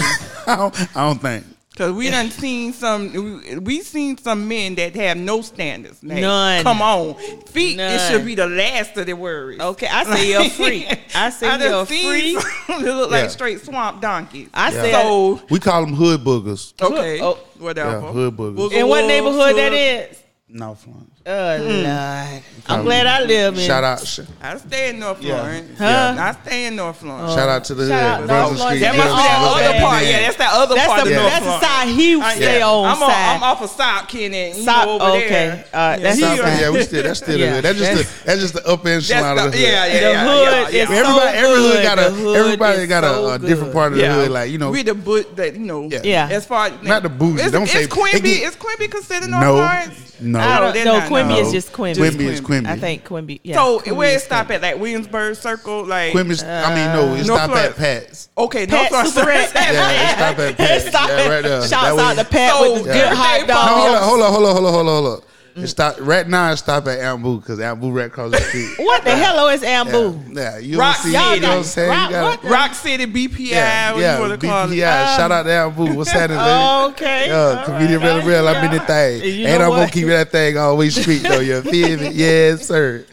E: I don't, I don't think.
F: Cause we done seen some, we, we seen some men that have no standards. Like,
D: None.
F: Come on, feet. It
D: None.
F: should be the last of the worries.
D: Okay, I say
F: [laughs]
D: you're a freak. I say
F: done
D: you're a
F: seen
D: freak.
F: some [laughs] that look like
E: Yeah.
F: straight swamp donkeys.
D: I
F: say
D: said-
F: so.
E: We call them hood boogers.
F: Okay,
D: Oh.
F: whatever.
E: Yeah, hood boogers.
F: Booger
D: In what
F: wolves,
D: neighborhood that
F: hood-
D: is?
E: No, Florence.
D: Oh Lord, I'm glad I live in.
E: Hmm. Shout out, sh-
F: I stay in North
E: Yeah.
F: Florence.
E: Yeah.
F: I stay in North Florence.
D: Oh.
E: shout out to the
D: Shout out to
E: hood. Brunswick
D: Florence.
E: Street,
F: That must be
E: Brunswick
F: that
D: Oh,
E: Street,
F: other
D: okay.
F: part.
E: man.
F: Yeah, that's that other
D: That's
F: part
D: the
F: of North
D: that's the
F: Florence.
D: side he
F: I-
D: stay
F: yeah.
D: on
F: I'm on-
D: side.
F: I'm off of South Kenny. and you
D: South-
F: go over
D: okay.
F: there.
D: All right, that's
F: Yeah.
D: South
E: Stop
D: Kenny.
E: it. Yeah, we still that's still
D: Yeah.
E: the hood. That's just the that's just the up and
F: That's
E: out of the
F: the-
E: hood.
F: yeah, yeah,
D: The
F: yeah,
D: hood
F: yeah,
D: is
F: yeah.
E: Everybody,
D: so
E: everybody
D: good.
E: got
D: The
E: a
D: hood
E: everybody
D: is
E: got
D: so
E: a, a different
D: good.
E: part of the
F: Yeah.
E: hood. Like you know,
F: we the boot that you know.
E: Yeah.
D: Yeah.
F: As far
E: Not the bougie,
F: Is,
E: don't
F: is
E: say-
F: Quimby.
E: it get-
F: is Quimby considered North
E: no,
F: Lawrence?
D: I
E: no,
D: don't,
F: they're
D: no,
F: not,
D: Quimby
F: no.
D: is just Quimby.
E: Quimby is Quimby.
D: I think Quimby. Yeah.
F: So
D: Quimby
F: where it
D: is
F: stop at? Like Williamsburg Circle. Like
E: Quimby's. I mean, no, it's
F: no
E: not
F: Florence.
E: that Pat's.
F: Okay,
D: Pat
F: North
D: Super
F: Florence.
D: Red.
E: Yeah,
D: [laughs]
E: it's not that Pat's.
D: Stop
E: Yeah,
D: it.
E: right there.
D: Shouts out
E: was-
D: to Pat with the
F: So,
D: good hot
F: birthday
E: No,
D: dog.
F: party.
E: hold on, hold on, hold on, hold on, hold on, hold
D: Mm.
E: on. It stop right now. It stop at Ambu because Ambu right across the street.
D: [laughs] What the hell is
E: Yeah,
D: Ambu?
E: yeah, you
F: Rock
E: don't see.
F: City.
E: You know what I'm saying?
D: Rock-
E: You gotta,
D: what?
F: Rock City BPI.
E: yeah,
F: what
E: yeah,
F: you want to call it?
E: BPI. Shout out to Ambu. What's happening, baby?
D: Uh, Okay.
E: Yeah, comedian
D: all
E: real
D: right.
E: real. I'm in the
D: You
E: thing,
D: know
E: and I'm gonna
D: what?
E: keep that thing always street though. You
D: [laughs]
E: feel me? Yes, sir.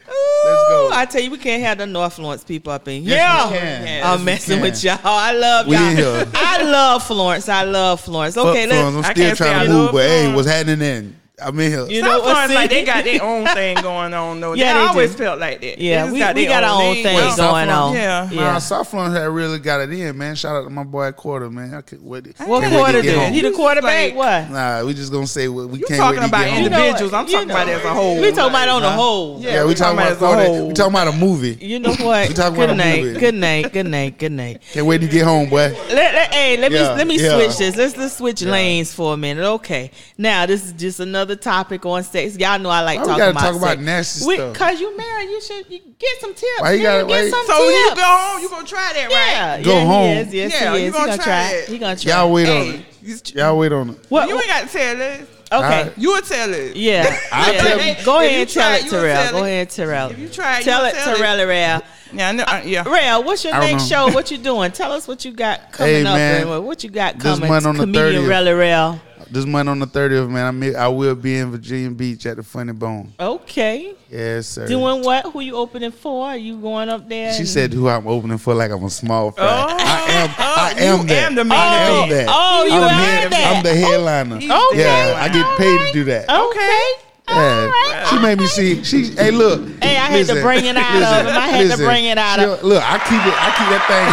E: Let's go.
D: Ooh, I tell you, we can't have the North Florence people up in here.
E: Yes, we can. Yes,
D: I'm
E: we
D: messing
E: can.
D: with y'all. I love
E: We
D: y'all.
E: in here.
D: I love Florence. I love Florence. Okay,
E: Fuck Florence,
D: let's.
E: I'm
F: I
E: still
F: can't
E: trying
F: stand
E: to move,
F: up
E: but hey,
F: Florence.
E: what's happening then? I'm in here.
D: You know
F: South
D: what,
F: Florence, like
D: see?
F: they got their own thing going on.
D: [laughs]
F: though.
D: Yeah,
F: they,
D: they
F: always
D: do.
F: felt like that. They
D: Yeah,
F: just
D: we- we got our own thing
F: Well,
D: going on.
F: Yeah,
D: Yeah.
E: Nah, South Florence had really got it in, man. Shout out to my boy Quarter, man. I could wait. can't
D: What
E: wait to
D: quarter
E: get
D: do?
E: home.
D: He the quarterback?
F: Like-
D: what?
E: Nah, we just gonna say what we
F: You
E: can't
F: talking
E: wait to
F: about
E: get
D: You
E: home.
D: know
F: individuals,
D: what?
F: I'm talking about as a whole.
D: We talking about on the whole.
F: Yeah.
E: Yeah, we
F: we
E: talking
F: talking
E: about
F: as a
E: Quarter.
F: whole.
E: We talking about a movie.
D: You know what?
E: [laughs] We talking
D: good,
E: about a
D: night,
E: movie.
D: good night. Good night. Good night.
E: Can't wait to get home, boy.
D: [laughs] Let, let- hey, let
E: Yeah,
D: me let me
E: yeah.
D: switch this. Let's let's switch lanes for a minute. Okay. Now this is just another topic on sex. Y'all know I like
E: Why we
D: talking
E: gotta
D: about
E: talk about
D: sex.
E: nasty stuff?
D: Cause you married, you should you get some tips.
E: Why you
D: man.
E: gotta- why
D: get
E: you-
D: some
F: So
D: tips.
F: you go home, you gonna try that, right?
D: yeah,
E: Go
D: yeah, he
E: home.
D: is. Yes,
F: Yeah,
D: he
F: you
D: is.
F: gonna
D: he gonna
F: try
D: try.
F: it.
D: He gonna try.
E: Y'all wait on
F: Hey,
E: it.
F: you, you
E: Y'all wait on it.
D: what?
F: ain't got to tell us.
D: okay.
E: Alright.
F: You will tell us.
D: Oh. Yeah.
E: I'll
D: yeah.
E: tell
F: you.
D: Go
F: If
D: ahead
F: you
D: and tell it,
F: try it, you will
D: Terrell.
F: tell
D: Go
F: it.
D: aid Terrell. If
F: you try it, you
D: tell
F: will
D: it,
F: tell it.
D: Terrell, Terrell.
F: Yeah, I know. I- yeah.
D: Rel, what's your
E: I don't
D: next
E: know.
D: show? What
E: [laughs]
D: you doing? Tell us what you got coming
E: Hey,
D: up
E: man.
D: and what you got
E: This
D: coming.
E: month on the
D: Comedian Rel,
E: 30th.
D: Rel.
E: This month on the 30th, man, I may, I will be in Virginia Beach at the Funny Bone.
D: Okay.
E: Yes, sir.
D: Doing what? Who you opening for? Are you going up there? and-
E: She said who I'm opening for like I'm a small fry.
F: Oh.
E: I am I
F: Oh,
E: am
F: you
E: that.
F: am the main
E: I am
D: event.
E: that.
D: Oh, you
E: I'm, the
D: are
E: head-
D: that.
E: I'm the headliner.
F: he's
E: Yeah,
F: the
E: I get paid to do that.
D: Okay. All
E: Yeah.
D: right.
E: She made me see. She hey look.
D: Hey, I had to bring it out of him. I had to bring it out of-
E: she- Look, I keep it. I keep that thing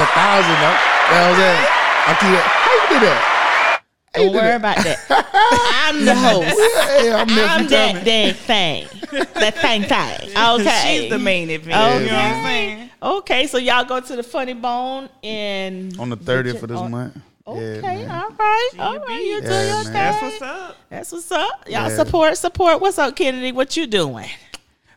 E: a thousand. Though. You know what I'm saying? I keep it. How you do that? How you
D: Don't
E: do
D: worry
E: that?
D: about that. I'm
E: [laughs]
D: the host.
E: Hey, I'm there.
D: I'm
E: you tell me.
D: that dang thing.
E: [laughs]
D: That thing thing. Okay.
F: She's the main event.
D: Okay.
F: You know what I'm saying?
D: Okay, so y'all go to the Funny Bone and
E: on the 30th of this month.
D: Okay,
E: Yeah, man. [laughs]
D: all right, all right. You do
E: Yeah,
D: your
E: man.
D: thing.
F: That's what's up.
D: That's what's up. Y'all
E: Yeah.
D: support, support. What's up, Kennedy? What you doing?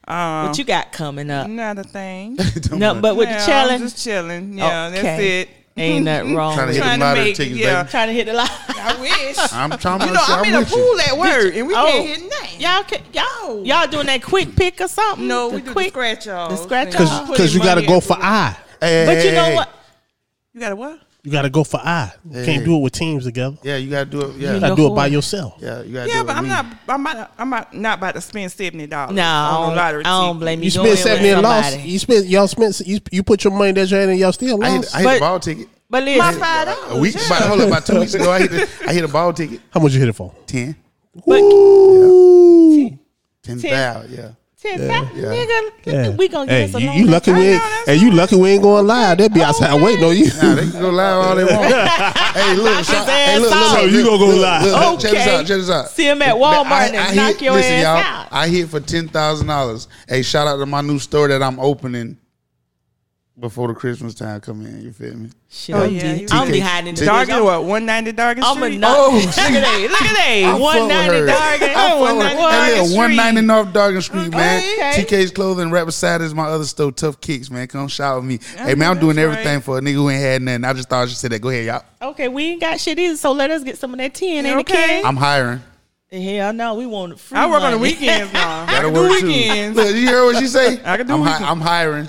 F: Um,
D: What you got coming up?
F: not a thing.
D: Nothing
E: Don't worry.
D: but with
F: Yeah,
D: the
F: I'm
D: challenge.
F: just [laughs] chilling. Yeah, that's
D: Okay.
F: it.
D: Ain't nothing wrong.
E: Trying to
D: with
E: hit
D: it.
E: them
F: Trying to
E: lottery
F: make-
E: tickets,
F: yeah.
E: baby.
D: Trying to hit the line.
F: [laughs]
D: [laughs]
F: I wish.
E: I'm trying
F: you know,
E: to
F: I'm in a pool at work, and we
D: Oh.
F: can't hit nothing.
D: Y'all, can, y'all, y'all doing that quick pick or something?
F: No,
D: The
F: we do the
D: quick.
F: scratch off.
D: the scratch
F: thing.
D: off.
A: Because
D: Putting
A: because you got to
F: money
A: go
F: in
A: for
F: pool.
A: I.
D: But you know what?
F: You got to what?
A: You got to go for I. You can't do it with teams together.
E: Yeah, you gotta do it. Yeah,
A: You got
D: know
A: to do it
D: who-
A: by yourself.
E: yeah, you gotta do
F: Yeah,
E: it.
F: but
E: with
F: I'm
E: me.
F: not. I'm not. I'm not, not about to spend seventy dollars.
D: No, I
F: on
D: don't,
F: the lottery.
D: I don't
F: ticket.
D: blame you.
A: You
D: doing
A: spent
D: it
A: seventy
D: with
A: and lost.
D: somebody.
A: You spent y'all spent you, you put your money in that hand and y'all still
E: I hit,
A: lost.
E: I hit
D: But-
E: a ball ticket
D: But listen,
F: My five dollars.
E: a week.
F: yeah.
E: About, hold up, about two weeks ago, I hit a, I hit a ball ticket.
A: How much you hit it for?
E: Ten.
A: Ooh.
D: Ten.
E: Ten thousand. Yeah.
D: ten thousand,
E: yeah.
D: nigga,
A: Yeah.
D: [laughs] we gonna
A: hey,
D: get us a
A: you,
D: loan.
A: you lucky we ain't,
F: know, that's
A: hey, you lucky we ain't going live. They'll be outside waiting on you.
E: Nah, they can go live all they
A: [laughs]
E: want. hey, look, shout, hey, look,
D: ass
E: look, look,
D: out.
A: So you gonna go
E: look,
A: live.
E: Look, look, Check this
D: Okay.
E: out. Check this out.
D: See 'em at
E: Man,
D: Walmart
E: I-
D: and
E: I
D: knock
E: hit,
D: your
E: listen,
D: ass
E: y'all,
D: out.
E: I hit for ten thousand dollars. Hey, shout out to my new store that I'm opening before the Christmas time come in. You feel me?
D: Shit,
F: Oh,
D: I'm,
F: yeah,
D: de-
F: you-
D: I'm behind in the
F: Dark
D: bitch.
F: and what? One ninety dark and
D: I'm a
F: street.
D: nut.
E: Oh,
D: look at that. Look at
E: I
D: that.
E: fuck
D: One
E: with
D: ninety
E: her.
D: dark
E: I fuck
D: and
E: with
D: one ninety
E: her. Hey,
D: dark
E: look,
D: and
E: 190 North Dargan Street, man.
D: Okay.
E: TK's clothing right beside is my other store, Tough Kicks, man. Come shop with me. hey, man, I'm doing
F: that's
E: everything for a nigga who ain't had nothing. I just thought I should say that. Go ahead, y'all.
D: Okay, we ain't got shit either, so let us get some of that ten. Ain't
F: Okay.
D: okay.
E: I'm hiring.
D: Hell no, we want free.
F: I work on the
D: money.
F: [laughs]
D: [laughs]
F: weekends now. I
E: That'll
F: can do
E: work, too.
F: weekends.
E: Look, you heard what she say?
F: [laughs] I can do
E: I'm, hi-
F: weekend.
E: I'm hiring.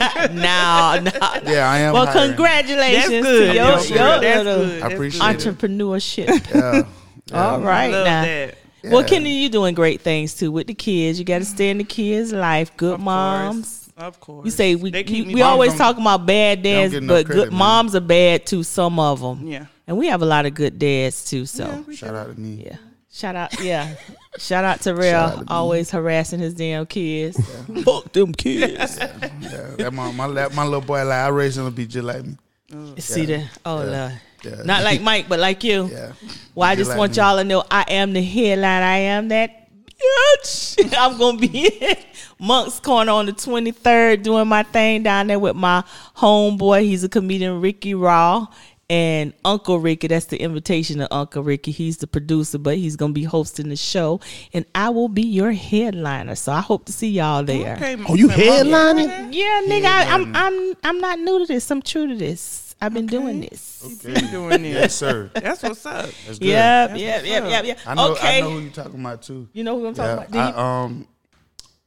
D: No, no.
E: Yeah, I am.
D: Well,
E: hiring.
D: congratulations
F: That's good.
D: to
E: I
D: your,
E: appreciate
D: your
E: it.
F: That's
D: little
F: good.
E: I appreciate it.
D: entrepreneurship.
E: Yeah.
D: [laughs] All right
F: Love
D: now.
F: that.
D: Well,
E: Yeah.
D: Kenny, you doing great things too with the kids. You got to stay in the kids' life. Good
F: Of
D: moms.
F: course. Of course.
D: You say we
F: They keep
D: we,
F: me
D: we
F: moms
D: always
E: don't-
D: talk about bad dads,
E: get
D: but
E: enough credit,
D: good
E: man.
D: moms are bad too. Some of them,
F: Yeah.
D: And we have a lot of good dads too. So yeah,
E: Shout out to me.
D: shout out, yeah, shout out to Real,
E: out to me.
D: always harassing his damn kids. Fuck them kids.
E: Yeah, that my, my la- my little boy like I raised him to be just like me.
D: See that? Oh lord.
E: Yeah.
D: Not like Mike, but like you.
E: Yeah.
D: Well, I
E: Just
D: just
E: like
D: want
E: me.
D: y'all to know I am the headline. I am that bitch. [laughs] I'm gonna be in Monk's Corner on the 23rd doing my thing down there with my homeboy. He's a comedian, Ricky Raw. And Uncle Ricky, that's the invitation to Uncle Ricky. He's the producer, but he's gonna be hosting the show, and I will be your headliner. So I hope to see y'all there.
F: Okay,
A: Oh, you
F: Miss Mama.
A: headlining?
D: Yeah, nigga, I, I'm I'm I'm not new to this. I'm true to this. I've been doing this.
F: You doing
E: Yes,
D: [laughs]
F: this.
E: sir.
F: That's what's up.
E: That's good.
D: Yep,
F: That's
D: yep,
F: what's
D: yep,
F: up.
D: yep, yep.
E: I know
D: okay.
E: I know who you talking about too.
D: you know who I'm talking
E: Yeah,
D: about? Do you-
E: I, um,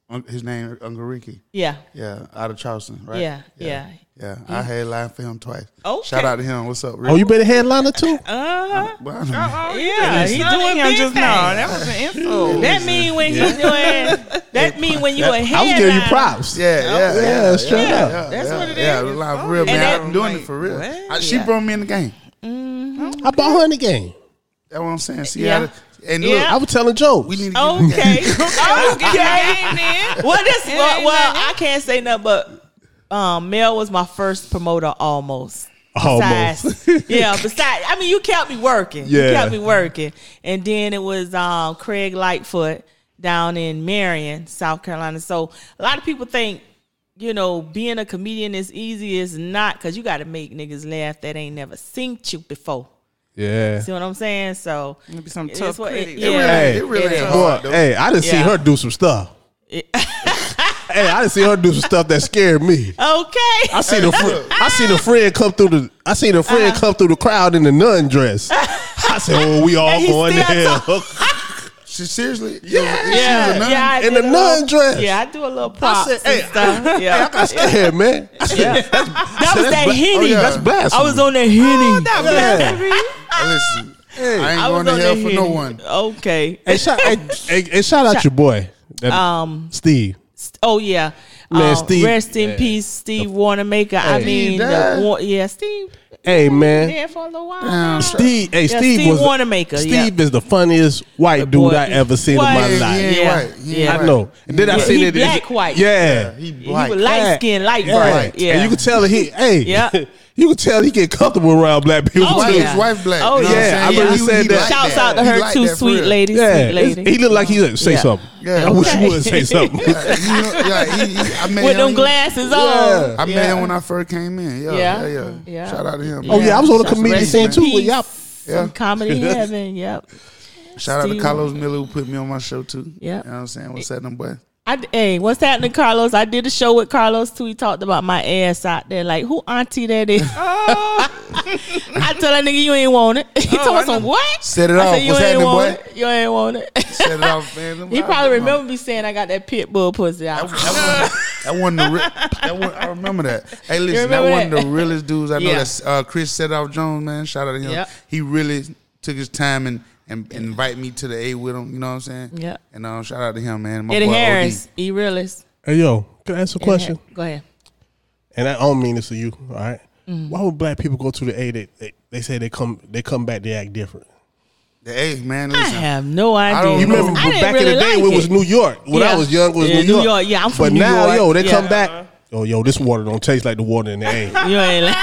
E: un- his name Uncle Ricky.
D: yeah.
E: Yeah, out of Charleston, right?
D: Yeah, yeah. Mm.
E: yeah. I had line for him twice.
D: Okay.
E: Shout out to him. What's up, Ricky?
A: Oh, you been a headliner too?
D: Uh-huh.
E: Well, I don't know.
F: Oh, you
D: Yeah,
F: just
D: he
F: insulted
D: doing
F: him
D: big
F: just now.
D: [laughs]
F: That was an insult.
D: That mean when you doing that mean when you a headliner.
A: I was giving you props.
E: Yeah, yeah, yeah,
A: yeah, straight up.
D: That's what it is.
E: Yeah,
D: Oh.
E: line for real,
D: And
E: man.
D: that-
E: I'm doing it for real.
F: What?
E: I- she
D: Yeah.
E: brought me in the game.
A: I bought her in the game.
E: That's what I'm saying. See
D: Yeah.
E: how to, and
D: Yeah. Oh.
E: look,
A: I was telling jokes.
E: we need to get in the
D: [laughs]
E: game.
D: Okay. okay. well, this well, well, I can't say nothing but um, Mel was my first promoter almost.
A: Almost.
D: Besides-
A: [laughs]
D: yeah, besides, I mean, you kept me working. You
A: Yeah.
D: kept me working. And then it was um, Craig Lightfoot down in Marion, South Carolina. So a lot of people think, you know, being a comedian is easy. It's not because you got to make niggas laugh that ain't never seen you before.
A: Yeah.
D: See what I'm saying? So
F: It'll be some
D: it's
F: tough
D: what
F: critics.
D: yeah.
A: Hey,
E: It really ain't
A: boy,
E: hard, though.
A: hey, I didn't see
D: Yeah.
A: her do
D: [laughs]
A: some stuff. hey, I didn't see her do some stuff that scared me.
D: Okay.
A: I seen a friend. I seen a friend come through the. I seen a friend
D: Uh-huh.
A: come through the crowd in the
D: [laughs]
A: nun dress. I said, "Oh, we all
D: And he
A: going to
D: still [laughs]
A: hell."
E: She, seriously?
D: Yeah, yeah, I
A: in
D: did
A: the
D: a
A: nun
D: little-
A: dress.
D: Yeah, I do a little props
A: said,
D: and
A: "Hey,
D: stuff. yeah,
A: I got scared, man. I said, that's,
D: that was that henny.
E: Oh, yeah.
A: That's blasphemy.
D: I was on that henny.
A: Oh, that blasphemy.
E: Listen, I ain't
D: I was
E: going to
D: on
E: hell
D: that
E: for no
D: henny.
E: one.
D: Okay.
A: And shout, and, and- and shout out your boy, that-
D: Um,
A: Steve.
D: Oh yeah.
A: Man,
D: Um,
A: Steve-
D: Rest in
A: yeah.
D: peace, Steve Wanamaker. I
A: Steve
D: mean, the,
E: died?
D: Wa- yeah, Steve.
A: Hey, man.
D: There for a little while. now.
A: Steve, hey, Steve,
D: Steve
A: was
D: Wanamaker,
A: Steve
D: yeah.
A: is the funniest white dude
D: boy,
A: I
D: he-
A: ever seen in my
D: What?
E: Yeah,
A: life.
E: he ain't
D: Yeah.
E: white. He
D: Yeah.
E: ain't
A: I know. And then I
D: Yeah,
A: seen
D: he
A: it.
D: black white.
A: Yeah.
E: He
D: He
E: black.
D: was light skinned, light
A: Yeah.
D: bright. Yeah.
A: And you could tell that he, hey,
D: Yeah.
A: [laughs] you could tell he get comfortable around black people
D: Oh,
E: Why
A: too.
E: his
D: yeah.
E: wife black?
D: Oh,
E: you know
D: yeah. I
E: What
D: really
E: I'm saying?
A: said that.
E: like
D: Shouts out to
E: He
D: her
E: like
D: too,
E: that for
D: sweet
E: real.
D: lady,
A: Yeah.
D: sweet
A: It's-
D: lady.
A: He looked like he say
D: Yeah.
A: something.
E: Yeah.
A: I wish
D: Okay.
A: he would say something.
D: [laughs]
E: Yeah, you know, yeah, he, he, I met
D: With
E: him.
D: them glasses
A: Yeah.
D: on.
E: I met him when I first came in. Yeah,
D: Yeah.
E: yeah, yeah.
D: Yeah.
E: Shout out to him.
A: Oh yeah, I was on the comedian
E: Rest
A: scene
E: in
A: too with y'all.
E: Yeah.
D: From Comedy
A: [laughs]
D: Heaven. Yep.
E: Shout out to
D: Steve.
E: Carlos Miller who put me on my show too.
D: Yeah.
E: you know what I'm saying. What's that, them boy?
D: I, hey, what's happening, Carlos? I did a show with Carlos too. He talked about my ass out there. Like, who auntie that
F: [laughs]
D: is? I tell that nigga you ain't want it. [laughs] He
F: Oh,
D: told
F: I
D: us some
F: know.
D: what?
E: Set it
D: I
E: off.
D: said, you
E: What's
D: ain't
E: happening,
D: want
E: boy?
D: it. You ain't want it.
E: Set it off, man. Them
D: he
E: boy,
D: probably
E: I-
D: remember me saying I got that pit bull pussy out.
E: That one, the re- that one, I remember that. Hey, listen, that
D: remember
E: one of
D: that?
E: the realest dudes I know.
D: Yeah.
E: That's uh, Chris Setoff Jones, man. Shout out to him.
D: Yep.
E: He really took his time and, and, and invite me to the A with him. You know what I'm saying?
D: Yep.
E: And uh, shout out to him, man. My
D: Eddie
E: boy OD.
D: Harris, E. Realist.
A: Hey yo, can I ask a question?
D: Go ahead.
A: And I don't mean this to you, all right?
D: Mm.
A: Why would black people go to the A that they, they say they come they come back they act different?
E: The A, man.
D: I
E: Listen,
D: have Oh, no idea.
E: don't know.
A: You remember
D: I
A: but
D: didn't
A: back
D: really
A: in the day
D: like
A: when it was
D: it.
A: New York. When
D: Yeah.
A: I was young, it was
D: Yeah,
A: New,
D: New
A: York.
D: York. Yeah, I'm from
A: But
D: New
A: now,
D: York.
A: yo, they
D: Yeah. Uh-huh.
A: come back. Oh, yo, this water don't taste like the water in
D: [laughs]
A: the A.
D: You ain't
F: [laughs]
D: like.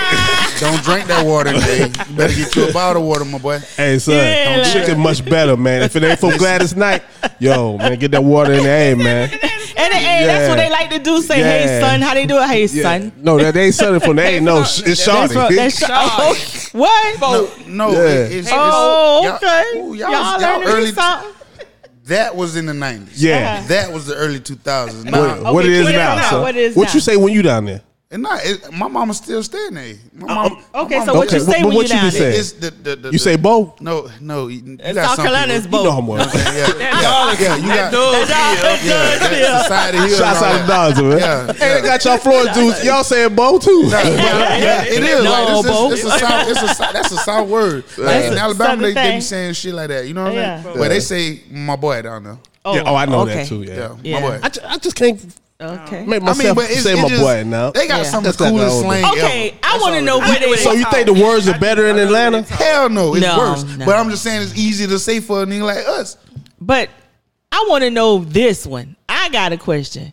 E: don't drink that
D: [laughs]
E: water, man. You better get you a bottle of water, my boy.
A: hey, son,
D: Yeah,
A: don't
D: like-
A: chicken much better, man. If it
D: [laughs]
A: ain't for Gladys Knight, yo, man, get that water in the A, man.
D: And they, hey, that's what
A: Yeah.
D: they like to do. Say, hey,
A: Yeah.
D: son, how they do it? Hey,
A: Yeah.
D: son.
A: No, that ain't something from the A. No, it's
D: That's what.
A: Shawty.
D: That's [laughs] what?
E: No, no
A: Yeah.
E: it- it's,
D: Oh,
E: it's-
D: okay.
E: Y'all,
D: Y'all,
E: ooh, y'all, was- y'all
D: learning
E: early.
D: something.
E: That was in the nineties.
A: Yeah.
E: that was the early two thousands. Now,
A: What, what it
D: Okay,
A: is
D: put it
A: now,
D: out.
A: son?
D: What it is
A: What
D: now?
A: you say when you down there?
E: And not it, my mama's still staying there. My mama, my
D: Uh, um, oh, Okay,
E: mama-
D: so what
A: Okay,
D: you say
A: but- but
D: when
A: what
D: you
A: you
D: down
A: just
D: there?
A: said?
E: It's the, the, the,
A: You say Bo?
E: no, no. You, you
D: South
E: got some people-
D: Carolina's
A: You know how
D: both.
A: much.
E: [laughs] Yeah, yeah,
D: dog.
E: yeah, you got
D: That's all-
E: yeah, yeah. Society Hill.
A: Shots out of Dodger, man.
E: Yeah,
A: Hey, they got y'all Florida dudes. Y'all saying Bo too.
E: yeah, it is.
D: No,
E: like, it's,
D: Bo.
E: it's, it's a south, it's a, sou- that's a south word. Like,
D: That's
E: in
D: a
E: Alabama, they, they
D: southern
E: be
D: thing.
E: saying shit like that. You know what
D: Yeah.
E: I mean? But they say my boy down there.
A: Yeah, oh, I know
D: okay.
A: that too. Yeah.
E: Yeah,
D: Yeah.
E: my boy.
A: I, ju- I just can't
D: Okay.
A: make
E: I mean,
A: myself
E: but it's,
A: say
E: it
A: my
E: just,
A: boy now.
E: They
D: Yeah.
E: got some of the
A: That's not
E: coolest
A: older.
E: slang
D: Okay,
E: ever.
D: I want to know what it
A: So you think the words are better in Atlanta?
E: Hell no, it's
D: No,
E: worse.
D: no.
E: But I'm just saying it's easy to say for a nigga like us.
D: But I want to know this one. I got a question.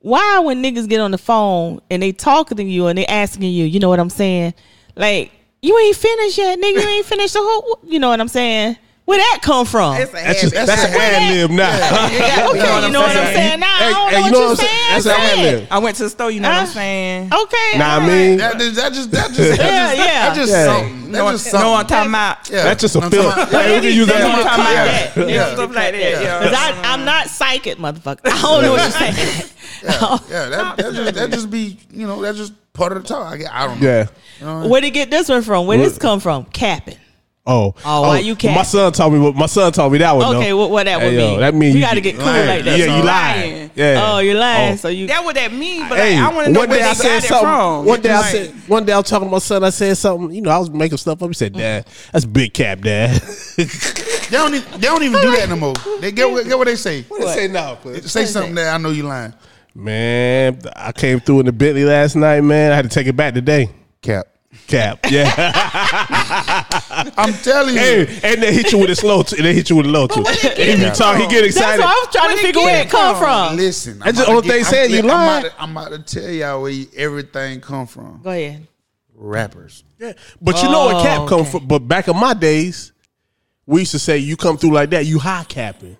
D: Why, when niggas get on the phone and they talking to you and they asking you, you know what I'm saying? Like you ain't finished yet, nigga. You ain't finished the whole. You know what I'm saying? Where that come from?
F: It's a
A: That's just
F: habit.
A: that's, an ad lib now. [laughs]
D: okay,
F: Yeah.
D: [laughs] you know what I'm
F: Hey,
D: saying? Nah, I
A: hey,
D: don't know what you saying.
A: That's an ad
D: Say it.
A: lib.
F: I went to the store. You know what I'm
D: Huh?
F: saying?
D: Okay.
A: Nah,
D: all
A: I
D: right.
A: mean,
E: That, that, that just that just
D: Yeah,
E: that just,
D: yeah.
E: That just
A: Yeah.
E: something. That
F: know,
E: just
F: know what
E: something.
F: I'm talking about?
E: Yeah.
A: that's just a
E: Know what I'm
A: film.
E: talking about?
A: Hey, we can use
D: That's what I'm
A: that.
D: talking about.
F: Yeah.
D: that.
E: Yeah.
F: Stuff like that. Yeah.
D: Cause I, I'm not psychic, motherfucker. [laughs] I don't know what you're saying. [laughs]
E: Yeah, that, that just that just be you know that just part of the talk. I, get- I don't know.
A: Yeah.
D: Where'd it get this one from? Where this come from? Capping.
A: Oh.
D: Oh, why you can't?
A: My son taught me. what- My son taught me that one.
D: Okay,
A: though.
D: what, what that
A: Hey,
D: would
A: yo,
D: mean?
A: That means
D: you got to get cool
E: lying.
D: like that.
A: Yeah, you
F: so-
A: lying.
F: Lying.
A: Yeah.
D: Oh, you lying.
A: Oh.
D: So you
F: That what that means, but
A: Hey,
F: like, I want to know
A: one
F: where
A: day
F: they
A: I said
F: got it
A: something.
F: from.
A: One day I
F: Like,
A: said, one day I was talking to my son. I said something. You know, I was making stuff up. He said, "Dad, that's big cap, Dad." [laughs]
E: They don't even, they don't even do that no more. They get what- get what they say.
A: What? Say now,
E: Say something that I know you lying.
A: man. I came through in the Bentley last night, man. I had to take it back today.
E: Cap.
A: Cap, yeah. [laughs]
E: I'm telling you.
A: hey, and they hit you with a slow. T- they hit you with a low too. If you talk, he get
D: That's
A: excited.
D: what I'm trying
F: Where'd
D: to
F: it
D: figure
F: get
D: where it come from.
E: Listen,
A: That's
E: I'm
A: the
E: about
A: only
E: to
A: thing saying, you
E: I'm
A: lying.
E: about to- I'm about to tell y'all where everything come from.
D: Go ahead.
E: Rappers.
A: Yeah, But you know what cap
D: Oh,
A: come
D: okay.
A: from? But back in my days, we used to say you come through like that, you high capping.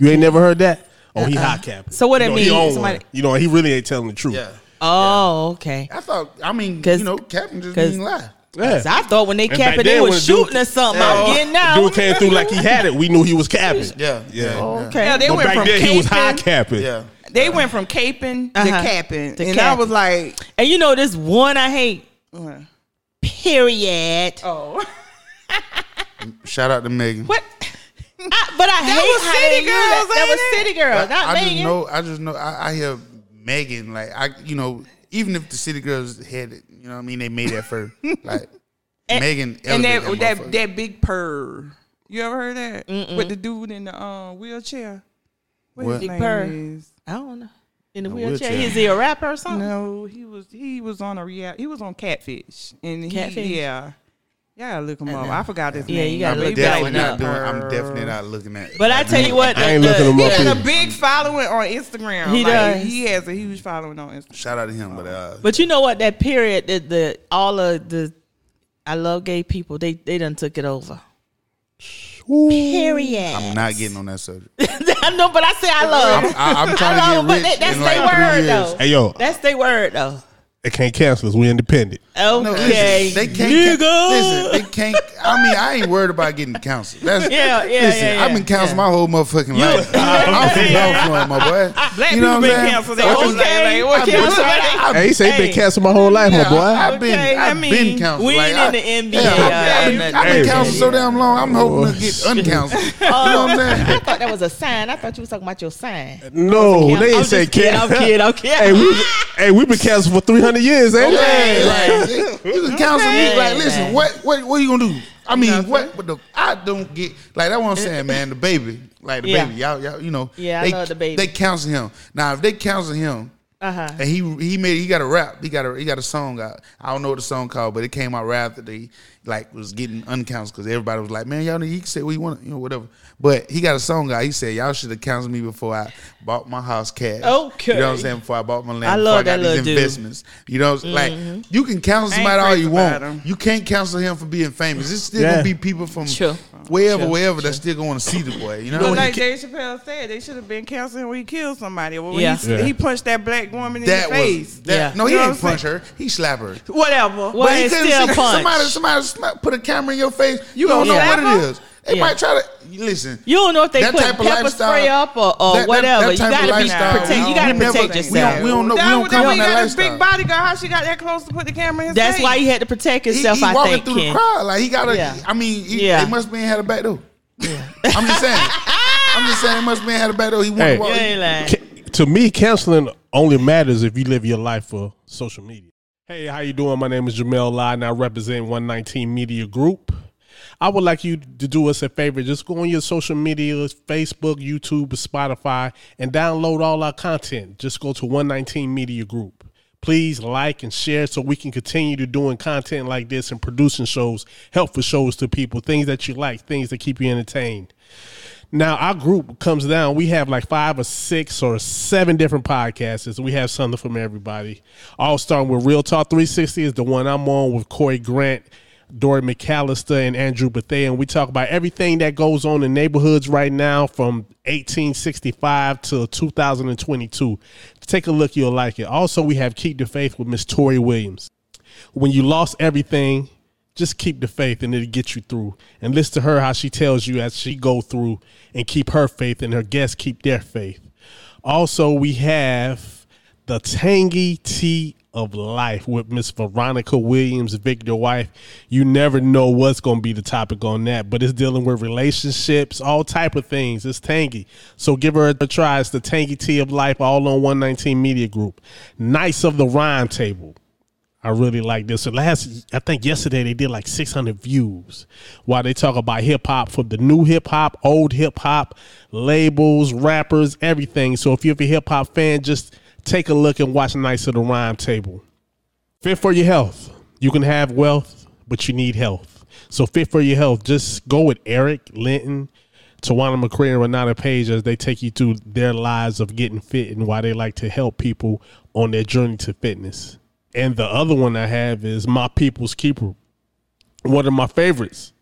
A: You ain't never heard that? Oh, he high capping.
D: So what
A: you
D: it
A: know,
D: mean?
A: He own
D: Somebody-
A: one. You know, he really ain't telling the truth.
E: Yeah.
D: Oh, okay.
E: I thought. I mean,
D: 'Cause-
E: you know, Captain just
D: 'cause-
E: mean lie.
A: Yeah.
D: So I thought when they
A: And
D: capping,
A: back
D: they
A: then
D: was
A: when the dude-
D: shooting or something. I'm getting
A: The
D: out.
A: Dude came through like he had it. We knew he was capping.
E: Yeah. Yeah.
D: Okay.
F: Yeah, they
A: But
F: went
A: back
F: from
A: then he was high
F: caping.
A: capping.
E: Yeah.
F: They went from caping to
D: Uh-huh.
F: capping,
D: To
F: and I
D: capping.
F: was like,
D: and you know this one I hate.
F: uh,
D: Period.
F: oh,
E: Shout out to Megan.
D: What? [laughs] I, but I hate
F: was
D: how
F: City
D: they knew that.
F: Girls,
D: That was
F: ain't it?
D: City Girls. Not
E: I, I just
D: Megan.
E: know. I just know. I, I hear Megan. Like I, you know, even if the city girls had it, you know, what I mean, they made that
D: [laughs]
E: first. Like Megan.
F: [laughs]
E: elevated
F: and that
E: that
F: that
E: motherfucker.
F: that big purr. You ever heard that with the dude in the uh, wheelchair? What,
E: What?
F: his
E: Big
F: name
D: purr.
F: is?
D: I don't know. In the wheelchair.
A: wheelchair.
D: Is he a rapper or something?
F: No, he was he was on a reality. He was on Catfish, and
D: Catfish?
F: he yeah. Yeah, gotta look him up. I forgot his
D: Yeah,
F: name.
D: you gotta
F: but
D: look
F: he was
E: definitely
D: that
F: like
E: not
F: the
E: doing. I'm
F: purr.
E: definitely not looking at.
D: But I tell you what,
A: I ain't
D: the-
A: looking him
F: He
A: up.
F: has
A: either.
F: a big following on Instagram.
D: He
F: Like,
D: does.
F: He has a huge following on Instagram.
E: Shout out to him, but uh,
D: But you know what? That period, the, the all of the, I love gay people. They they done took it over. Period.
E: I'm not getting on that subject.
D: [laughs] I know, but I say I love.
E: I'm, I, I'm
D: I
E: trying
D: love,
E: to
D: but
E: get rich
D: that, that's
E: in
D: their
E: like three
D: word
E: years.
D: though.
A: Hey yo,
D: That's their word though.
A: they can't cancel us. We independent.
E: No,
D: Okay,
E: listen, they can't.
D: nigga.
E: Listen, they can't. I mean, I ain't worried about getting counseled. That's,
D: Yeah, yeah,
E: listen,
D: yeah, yeah,
E: I've been counseled my whole motherfucking life.
D: [laughs]
E: I'm from North Florida, my boy.
F: Black
E: you know what I'm
F: people been
E: saying?
F: canceled.
E: I
F: They
E: just-
F: was like,
D: Okay.
F: like, what
E: I've been-
F: canceled?
E: I've
A: Hey, he say he
D: Um, Hey.
A: been canceled my whole life,
E: Yeah,
A: my boy.
E: I, have been,
D: Okay, I
E: I've
D: mean,
E: been counseled.
D: we ain't
E: Like,
D: in
E: I-
D: the NBA,
E: Yeah, I've been,
D: y'all.
E: I've
A: Hey.
E: been counseled so damn long. I'm hoping to get
D: Oh, [laughs]
E: uncounseled. you know what I'm saying?
D: That was a sign. I thought you was talking about your sign.
E: Oh,
A: No, they
D: I'm
A: ain't
D: just
A: say
D: kidding,
E: [laughs]
A: cancel.
D: I'm kidding, I'm kidding.
A: [laughs] Hey, we hey, we been canceled for three hundred years, ain't
E: Hey,
A: it?
E: like, you can counsel me. Like, listen,
D: Okay.
E: what, what, what you gonna do? I mean, what? But the, I don't get like that's what I'm saying, man. The baby, like the
D: Yeah.
E: baby, y'all, y'all, you know,
D: Yeah, I
E: they,
D: love the baby.
E: They counsel him now. If they counsel him,
D: Uh huh.
E: and he he made he got a rap, he got a he got a song out. I don't know what the song called, but it came out right after they like was getting uncounseled because everybody was like, man, y'all, need- you can say what you want, you know, whatever. But he got a song out. He said, y'all should have counseled me before I bought my house cash.
D: Okay.
E: you know what I'm saying? Before I bought my land,
D: I
E: before
D: love
E: I got
D: that little
E: these
D: dude.
E: investments. You know, it's like you can counsel
F: Mm-hmm. Ain't
E: somebody all
F: crazy
E: you want.
F: about him.
E: You can't counsel him for being famous. It's still
A: Yeah.
E: gonna be people from
D: True.
E: wherever, wherever that's still going to see the boy. You know,
F: But
E: what I
F: like
E: mean?
F: Dave Chappelle said, they should have been counseling when he killed somebody. Well, when
D: Yeah.
F: he,
A: Yeah.
F: he punched that black woman in
E: that
F: the
E: was
F: face.
E: that,
D: Yeah.
E: no, he
F: You know
E: didn't
F: what I'm
E: punch her. He slapped her.
F: Whatever.
D: Well,
E: he
D: it's
E: couldn't
D: still
E: see-
D: punch.
E: Somebody, somebody sma- put a camera in your face. You,
F: You
E: don't know
F: gonna
E: what
F: slap
E: it
F: her?
E: is. They
D: Yeah.
E: might try to listen.
D: You don't know if they
E: That
D: put
E: type of
D: pepper
E: lifestyle-
D: spray up or, or
E: that- that-
D: whatever.
E: that type of
D: you gotta be
E: lifestyle,
D: protect.
F: we
D: You gotta
F: don't- we
D: protect
E: never-
D: yourself.
E: we don't- we don't know-
F: That-
E: don't
F: that
E: come
F: we
E: from that
F: got
E: lifestyle.
F: a big body girl. How she got that close to put the camera in his
D: That's
F: face?
D: why he had to protect
E: He,
D: himself.
E: he
D: I
E: walking
D: think.
E: through the
D: Ken.
E: crowd like he got to.
D: Yeah.
E: I mean, he,
D: Yeah.
E: they must be had a back door. I'm
D: [laughs]
E: just saying. I'm just saying, it must be had a back door. He wanted
A: Hey.
E: to walk.
D: You ain't lying.
A: Ca- to me, canceling only matters if you live your life for social media. Hey, how you doing? My name is Jamel Lai, and I represent 119 Media Group. I would like you to do us a favor. Just go on your social media, Facebook, YouTube, Spotify, and download all our content. Just go to 119 Media Group. Please like and share so we can continue to doing content like this and producing shows, helpful shows to people, things that you like, things that keep you entertained. Now our group comes down. We have like five or six or seven different podcasts. We have something from everybody. All starting with Real Talk 360 is the one I'm on with Corey Grant, Dory McAllister, and Andrew Bethea. And we talk about everything that goes on in neighborhoods right now from 1865 to 2022. Take a look, you'll like it. Also, we have Keep the Faith with Miss Tori Williams when you lost everything, just keep the faith and it'll get you through. And listen to her how she tells you as she go through and keep her faith and her guests keep their faith. Also, we have the tangy tea of life with Miss Veronica Williams, Victor wife. You never know what's going to be the topic on that, but it's dealing with relationships, all type of things. It's tangy. So give her a try. It's the tangy tea of life all on 119 Media Group. Nice of the Rhyme Table. I really like this. So last, I think yesterday they did like 600 views while they talk about hip hop from the new hip hop, old hip hop, labels, rappers, everything. So if you're a hip hop fan, just take a look and watch Nights of the Rhyme Table. Fit for your health. You can have wealth, but you need health. So fit for your health. Just go with Eric Linton, Tawana McCree, and Renata Page as they take you through their lives of getting fit and why they like to help people on their journey to fitness. And the other one I have is My People's Keeper, one of my favorites.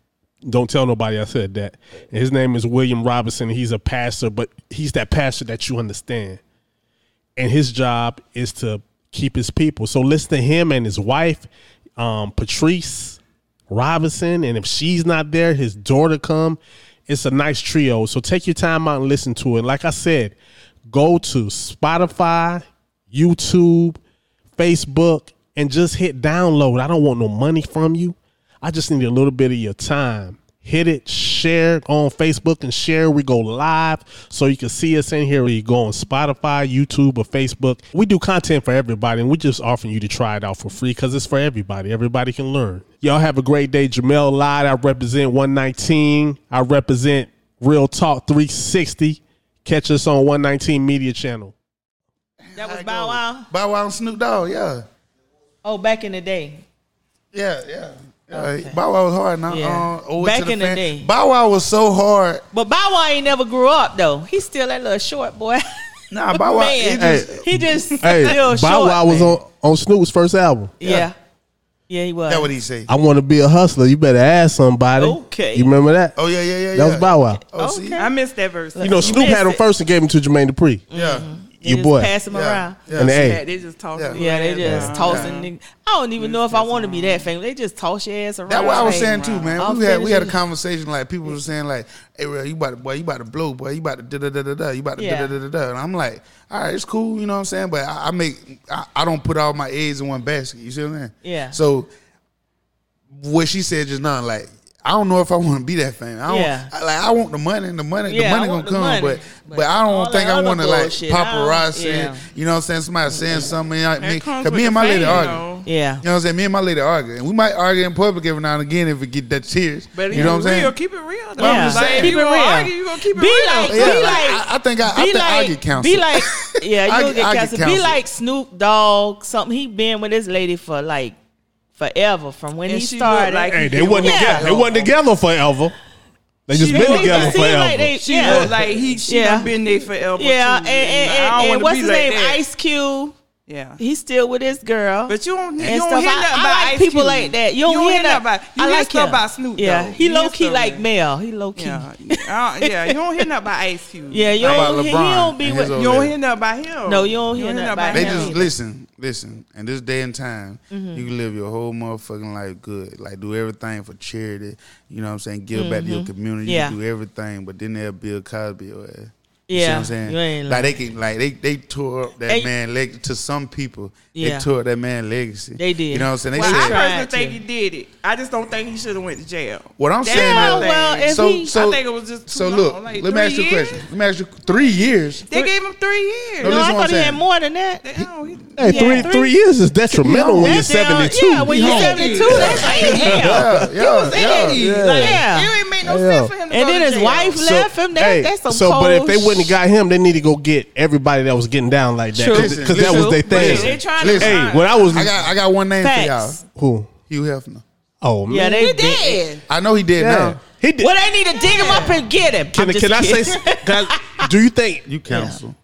A: Don't tell nobody I said that. And his name is William Robinson. He's a pastor, but he's that pastor that you understand and his job is to keep his people. So listen to him and his wife, um, Patrice Robinson, and if she's not there, his daughter come. It's a nice trio. So take your time out and listen to it. Like I said, go to Spotify, YouTube, Facebook, and just hit download. I don't want no money from you. I just need a little bit of your time. Hit it, share on Facebook and share. We go live so you can see us in here. You go on Spotify, YouTube, or Facebook. We do content for everybody, and we just offering you to try it out for free because it's for everybody. Everybody can learn. Y'all have a great day. Jamel Lied, I represent 119. I represent Real Talk 360. Catch us on 119 Media Channel.
D: That was Bow Wow.
E: Bow Wow and Snoop Dogg. Yeah,
D: Oh, back in the day.
E: yeah, yeah. yeah. Uh, Bow Wow was hard. Now,
D: Yeah.
E: uh, owe it
D: Back
E: to the
D: in the
E: fan.
D: day.
E: Bow Wow was so hard.
D: But Bow Wow ain't never grew up though. He's still that little short boy.
E: Nah, Bow Wow,
D: Man,
E: it just-
D: he just
A: Hey,
D: still
A: Bow
D: short.
A: Wow was
D: man.
A: on, on Snoop's first album.
D: Yeah, yeah, he was.
E: That what he say.
A: I want to be a hustler. You better ask somebody.
D: Okay.
A: You remember that?
E: Oh yeah, yeah, yeah.
A: That was
E: yeah.
A: Bow Wow.
E: Oh, see?
D: Okay.
F: I missed that verse.
A: You know, Snoop had him
D: missed it.
A: first and gave him to Jermaine Dupri.
E: Yeah.
D: Mm-hmm.
A: Your
D: just
A: boy.
D: pass him
E: Yeah.
D: around.
E: yeah.
A: And hey,
F: Yeah, they just talking.
D: Yeah, they just
F: Yeah.
D: tossing. nigg- I don't even know if I want to be that famous. They just toss your ass around.
E: That's what I was
D: Hey,
E: saying too,
D: I'll
E: man. We had we had a
D: finish it.
E: conversation like people were saying like, "Hey, real, you about to, boy, you about to blow, boy, you about to da da da da da, you about to
D: Yeah.
E: da da da da da." And I'm like, "All right, it's cool, you know what I'm saying?" But I, I make I, I don't put all my eggs in one basket. You see what I'm saying?
D: Yeah.
E: So what she said just now, like. I don't know if I want to be that famous. I don't,
D: Yeah.
E: I, like I want the money, and the money,
D: Yeah, I
E: the money
D: want
E: gonna
D: the
E: come,
D: money,
E: but,
D: but
E: but I
D: all
E: don't think
D: that
E: I
D: other
E: want to like
D: bullshit, I don't-
E: paparazzi.
D: yeah.
E: You know what I'm saying? Somebody saying something. You know,
F: That
E: me, 'cause
F: comes with
E: me and
F: the
E: my lady
F: fame,
E: argue.
F: though.
D: Yeah.
E: You know what I'm saying? Me and my lady argue. And we might argue in public every now and again if we get that serious.
F: But
E: you know what I'm saying?
F: real. Keep it real. Though.
E: But I'm
D: Yeah.
E: just saying.
F: Like,
D: Keep
F: you
D: it
F: gonna
D: real.
F: Argue, you gonna keep it
D: Be
F: real.
D: like-
E: yeah,
D: Be
E: like,
D: like-
E: I, I think I, I,
D: be
E: think
D: like,
E: I get counseled.
D: Be like, yeah,
E: I
D: you'll
E: get-
D: get
E: I get
D: canceled. Be
E: counseled.
D: like Snoop Dogg, something he been with this lady for like forever from when
F: And
D: he
F: she
D: started.
F: look like-
A: hey, they wasn't
D: Yeah.
A: together. They wasn't together forever. They just
D: They
A: been
D: look-
A: together
D: it seem
A: forever.
D: like they-
F: She
D: yeah.
F: look like he. She
D: Yeah.
F: done been there forever.
D: yeah, and,
F: too.
D: and,
F: I don't
D: and, and
F: wanna
D: what's
F: be
D: his
F: like
D: name?
F: that.
D: Ice Cube.
F: Yeah.
D: He's still with his girl.
F: But you don't, you
D: and
F: don't
D: stuff.
F: hear
D: I-
F: nothing
D: I
F: about
D: like
F: Ice
D: people
F: Cube.
D: like that. You don't,
F: hear
D: nothing
F: nothing about. You
D: I
F: hear
D: like
F: stuff
D: him.
F: about Snoop.
D: Yeah,
F: though.
D: he
F: You hear
D: low key
F: stuff
D: like
F: that.
D: Mel. He low key.
F: Yeah,
D: Yeah,
F: Uh, yeah. You don't hear nothing about Ice Cube.
D: you
E: How
D: don't.
E: about
D: He, he
E: LeBron
D: don't be
E: and
D: with.
E: his
D: You
E: old
F: You don't hear nothing about him.
D: No, you don't hear nothing about
E: [laughs] They
D: him.
E: just
D: Yeah.
E: listen, listen, and this day and time,
D: Mm-hmm.
E: you can live your whole motherfucking life good. Like do everything for charity. You know what I'm saying? Give back to your community.
D: Mm-hmm. Yeah.
E: Do everything, but then they'll Bill Cosby or. ass. You see
D: Yeah,
E: what I'm saying?
D: you ain't
E: like they can, like they, they tore up that
D: They-
E: man leg to some people.
D: Yeah.
E: They tore up that man legacy.
D: They did.
E: You know what I'm saying? They
F: Well, I
E: said,
D: tried
F: personally think
D: to.
F: he did it. I just don't think he should have went to jail.
E: what I'm
F: That's
E: saying.
F: my
E: is-
D: Yeah,
F: thing.
D: well, if
E: So-
D: he,
E: so-
F: I think it was just too
E: so
F: long,
E: look,
F: like
E: let me ask
F: three
E: you a
F: years?
E: question. Let me ask you three
F: [laughs]
E: years.
F: They gave him three years.
E: No,
D: no,
E: this
D: I
E: is what I'm
D: thought he had
E: saying.
D: more than that.
F: They- no, he-
A: Hey,
D: Yeah,
A: three,
D: three-
A: three years is detrimental when you're
D: That's down-
A: 72.
D: Yeah, when you're
A: Yeah.
D: 72, that's like hell.
E: Yeah, yeah, yeah.
A: yeah.
D: Like,
F: It
D: yeah.
F: ain't make no
A: Yeah.
F: sense for him to
D: And
F: go
D: then
F: to
D: his
F: jail.
D: wife left him. That,
A: hey,
D: that's some
A: so,
D: cold
A: but if they wouldn't
D: sh-
A: have got him, they need to go get everybody that was getting down like that
D: True.
A: because that
E: Listen,
A: was their
D: True.
A: thing.
D: They trying
E: Listen.
D: to
A: Hey, when I was
E: I got, I got one name
D: facts.
E: for
A: who?
E: y'all. Hugh Hefner.
A: Oh man,
D: Yeah, they
F: He
D: did.
F: did.
E: I know he dead
A: Yeah.
E: now.
A: He did.
D: Well, they need to dig him up and get him.
A: can
D: I'm
A: can I
D: just
A: say?
D: kidding.
A: Can I- do you think?
E: You counsel.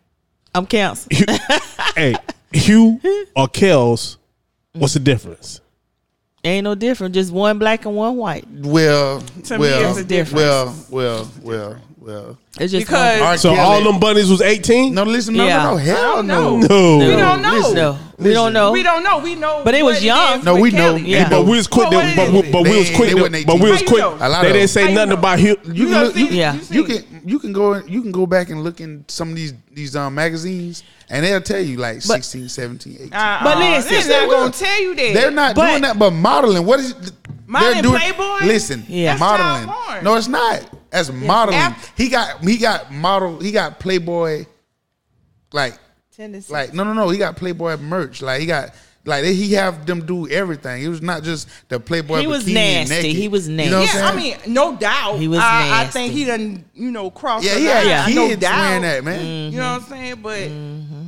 D: I'm canceled.
A: Hugh- [laughs] hey, Hugh or Kells? What's the difference?
D: Ain't no different. Just one black and one white.
E: Well,
F: To me,
E: well,
F: it's a difference.
E: well, well, well, well.
D: It's just
F: Because-
D: one-
E: R.
A: So
E: Kelly-
A: all them bunnies was eighteen.
E: No, listen, no,
D: Yeah.
E: no, no, hell
F: don't
E: no.
F: know.
A: No.
F: We don't know.
E: Listen.
D: No, we don't know.
F: We don't know. We know.
D: But they was
F: what
D: young.
F: is
E: No,
F: with
E: we know.
F: Kelly.
D: Yeah.
A: But we was quick.
F: But what
A: To, but,
F: is
A: we,
F: it?
A: but we was
E: They-
A: quick.
E: they
A: To,
E: wasn't
A: but we was
F: 18.
A: quick.
F: How you know?
E: A lot
A: They didn't
E: of them.
F: How
A: say
F: you
A: nothing
F: know?
A: about Hugh.
E: You
F: You
E: look-
F: see-
E: you-
D: Yeah.
E: you
F: see.
E: can you can go in, you can go back and look in some of these these um, magazines and they'll tell you like 16, 17, 18.
F: Uh-uh.
D: Uh, But listen.
F: they're not gonna tell you that.
E: They're not
D: But-
E: doing that, but modeling. What is
F: Modeling
E: they're doing?
F: Playboy?
E: Listen,
D: Yeah. That's
E: modeling.
F: child porn.
E: No, it's not. That's modeling.
F: Af-
E: he got he got model. He got Playboy. Like
D: Tennessee.
E: like no no no. He got Playboy merch. Like he got. Like they- he have them do everything. It was not just the Playboy.
D: He was
E: bikini
D: nasty.
E: naked.
D: He was
E: You know what I'm
F: Yeah, I
E: saying?
F: mean, no doubt.
D: He was
F: I, I
D: nasty.
F: think he done, you know, crossed.
E: yeah,
F: the
E: he had
F: line,
E: kids
F: no doubt.
E: wearing that man.
D: Mm.
F: You know what I'm saying? But
D: Mm-hmm.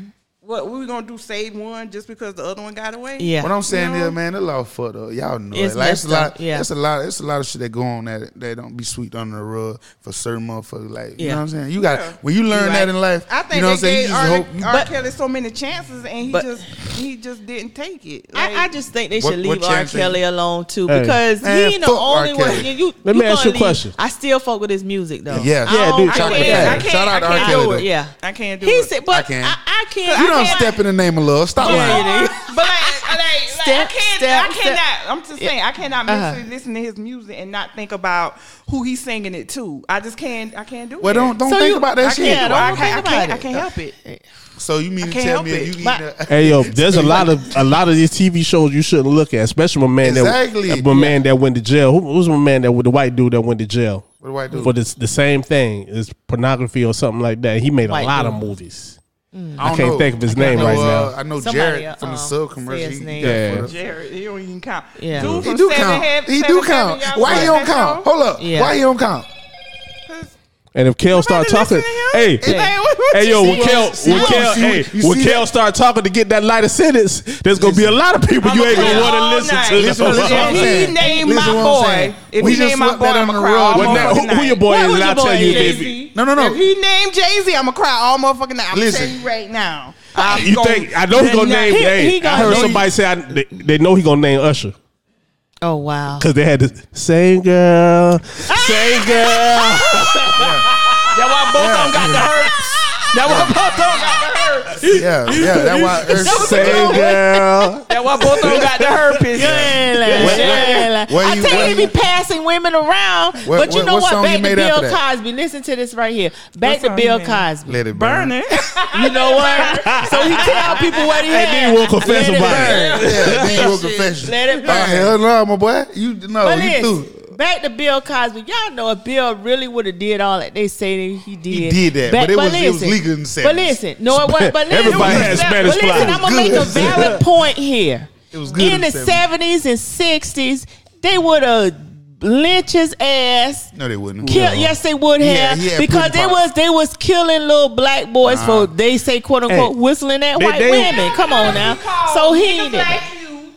F: what we gonna do? Save one just because the other one got away?
D: Yeah.
E: What I'm saying
F: You know?
E: is, man, the law fucked up. Y'all know
D: It's
E: it. Like it's a
D: messed
E: lot.
D: up, yeah.
E: That's a lot. It's a lot of shit that go on that that don't be sweet under the rug for certain motherfuckers. Like you
D: Yeah.
E: know what I'm saying. You got
F: Yeah.
E: to when you learn
F: Right.
E: that in life.
F: I think
E: you know what I'm
F: they
E: saying. You
F: gave
E: just
F: R.
E: hope. You,
F: R.
D: but-
F: Kelly so many chances, and he
D: but-
F: just he just didn't take it. Like,
D: I, I just think they
E: What-
D: should
E: what
D: leave R.
E: chance they-
D: Kelly alone too
A: Hey.
D: because
E: Man,
D: he ain't the
E: fuck R.
D: only one.
E: Kelly.
D: You, you,
A: Let me
D: you
A: ask you
D: gonna
A: a
D: leave-
A: question.
D: I still fuck with his music though.
E: Yeah.
D: I
E: Yeah,
D: don't-
A: dude,
D: I
E: chocolate
D: can't-
E: factory.
D: I can't-
E: Shout out to
F: I
E: R.
F: can't
E: Kelly.
F: do
E: though.
F: it.
D: Yeah,
F: I can't do
D: he
F: it.
D: said, but I,
E: I can.
D: I, can't.
E: you
D: I
E: don't
D: can't-
E: step in the name of love. Stop lying.
D: Yeah, it is.
F: but like, like, like
D: Step,
F: I can't,
D: step,
F: I
D: step.
F: cannot. I'm just saying, I cannot
D: Uh-huh.
F: mentally listen to his music and not think about who he's singing it to. I just can't. I can't do
E: Well,
F: it.
E: don't don't
D: So
E: think
D: you-
E: about
D: I
E: that shit.
D: can't. Don't
F: I
D: think
F: can't. I
D: about
F: can't, I
D: it.
F: can't help it.
E: So you mean to
F: can't
E: tell
F: help
E: me if
F: it.
E: you eat
D: My-
E: a,
A: Hey yo, there's a lot of a lot of these TV shows you shouldn't look at, especially my man
E: Exactly.
A: that my man that went to jail. Who was my man that with the white dude that went to jail
E: what do I do?
A: for this the same thing? It's pornography or something like that. He made a
D: White
A: lot
D: dude.
A: of movies.
E: I, don't
A: can't
E: know.
A: think of his
E: I
A: name
E: know,
A: right
E: uh,
A: now.
E: I know
D: Somebody,
E: Jared from
D: uh,
E: the sub
D: say
E: commercial.
D: his
E: He-
D: name.
E: yeah.
A: Yeah.
F: Jared, he don't even count.
D: Yeah.
F: Dude
E: He
F: from
E: do
F: seven
E: count.
F: Head-
E: he do
F: Seven
E: count.
F: Heaven, y'all
E: Why he
F: know
E: don't
F: that
E: count?
F: song?
E: Hold up.
D: Yeah.
E: Why he don't count?
F: 'Cause-
A: And if Kel start
F: Nobody
A: talking,
F: listen
A: hey,
F: to him. Like, what- what
A: hey
F: you
A: yo,
F: see?
A: when Kel,
E: See,
A: when
E: you
A: Kel,
E: see-
A: hey,
E: you
A: when
E: see
A: Kel
E: that?
A: start talking to get that lighter sentence, there's gonna be a lot of people you
F: I'ma
A: ain't
F: play
A: gonna
F: it
A: want
F: all
A: to listen
F: night.
A: to.
E: Listen to
A: That's what [laughs]
E: what I'm
A: I'm
F: If
A: saying.
F: he
E: saying.
F: named
E: Listen to
F: my
E: what I'm saying.
F: boy, if
E: We
F: he
E: just
F: named my
E: swept
F: boy,
E: that
F: I'ma
E: under the
F: cry
E: rug.
F: all
E: But
A: But now,
F: motherfucking
A: who, who your
F: night.
A: boy
D: What
A: is?
D: was
A: And I'll
D: your boy
A: tell you,
D: is?
A: baby.
E: No, no, no.
F: If he named Jay Z, I'ma cry all motherfucking night. I'm
E: Listen.
F: telling you right now. I'm
A: You
F: gonna-
A: think I know he gonna name?
D: He-
A: hey,
D: he gonna-
A: I
D: I
A: heard
D: know
A: somebody say I, they, they know he gonna name Usher.
D: Oh wow. [laughs]
A: Cause they had this same girl, same [laughs] girl.
F: That's why both of them got the hurts. That's why both of them got the hurts.
E: Yeah,
D: [laughs]
E: yeah. That's why Ursh
A: Same girl.
F: That's why both of them got the herpes.
E: What- what- what
D: I
E: you-
D: tell you,
E: what-
D: they be passing women around.
E: What-
D: but you
E: what-
D: know
E: what
D: what?
E: song you
D: Back to
E: made
D: Bill
E: after that?
D: Cosby. Listen to this right here. Back
F: What
D: to
F: song
D: Bill
F: you made?
D: Cosby.
E: Let it burn.
F: it.
D: You know
E: [laughs]
D: what? so he tell people what he had.
A: And then he will
D: Let
A: confess
D: it
A: about it.
D: burn.
E: Yeah, then you a confession.
D: Let it
E: Oh,
D: burn.
E: hell no, my boy. You no,
D: But
E: you do.
D: listen, back to Bill Cosby. Y'all know if Bill really would have did all that they say that he did.
E: He did that, but it was- it was legal in the
D: But
E: 70s.
D: listen, no, it wasn't. But listen,
A: Everybody
D: but
A: had
D: listen,
A: Spanish
D: But listen,
A: fly.
D: I'm gonna make a
E: Good. [laughs]
D: valid point here.
E: It was good
D: in
E: in
D: the
E: the
D: 70s and 60s. They would have lynched his ass.
E: No, they wouldn't.
D: Kill, yes, they would have
E: he had Uh-huh.
D: because
E: Putin
D: they
E: pox.
D: was they was killing little black boys for they say quote unquote
A: Hey,
D: whistling at
A: they-
D: white
A: they-
D: women. Come on now, so he
F: niggas
D: did.
F: like
D: that.
F: you,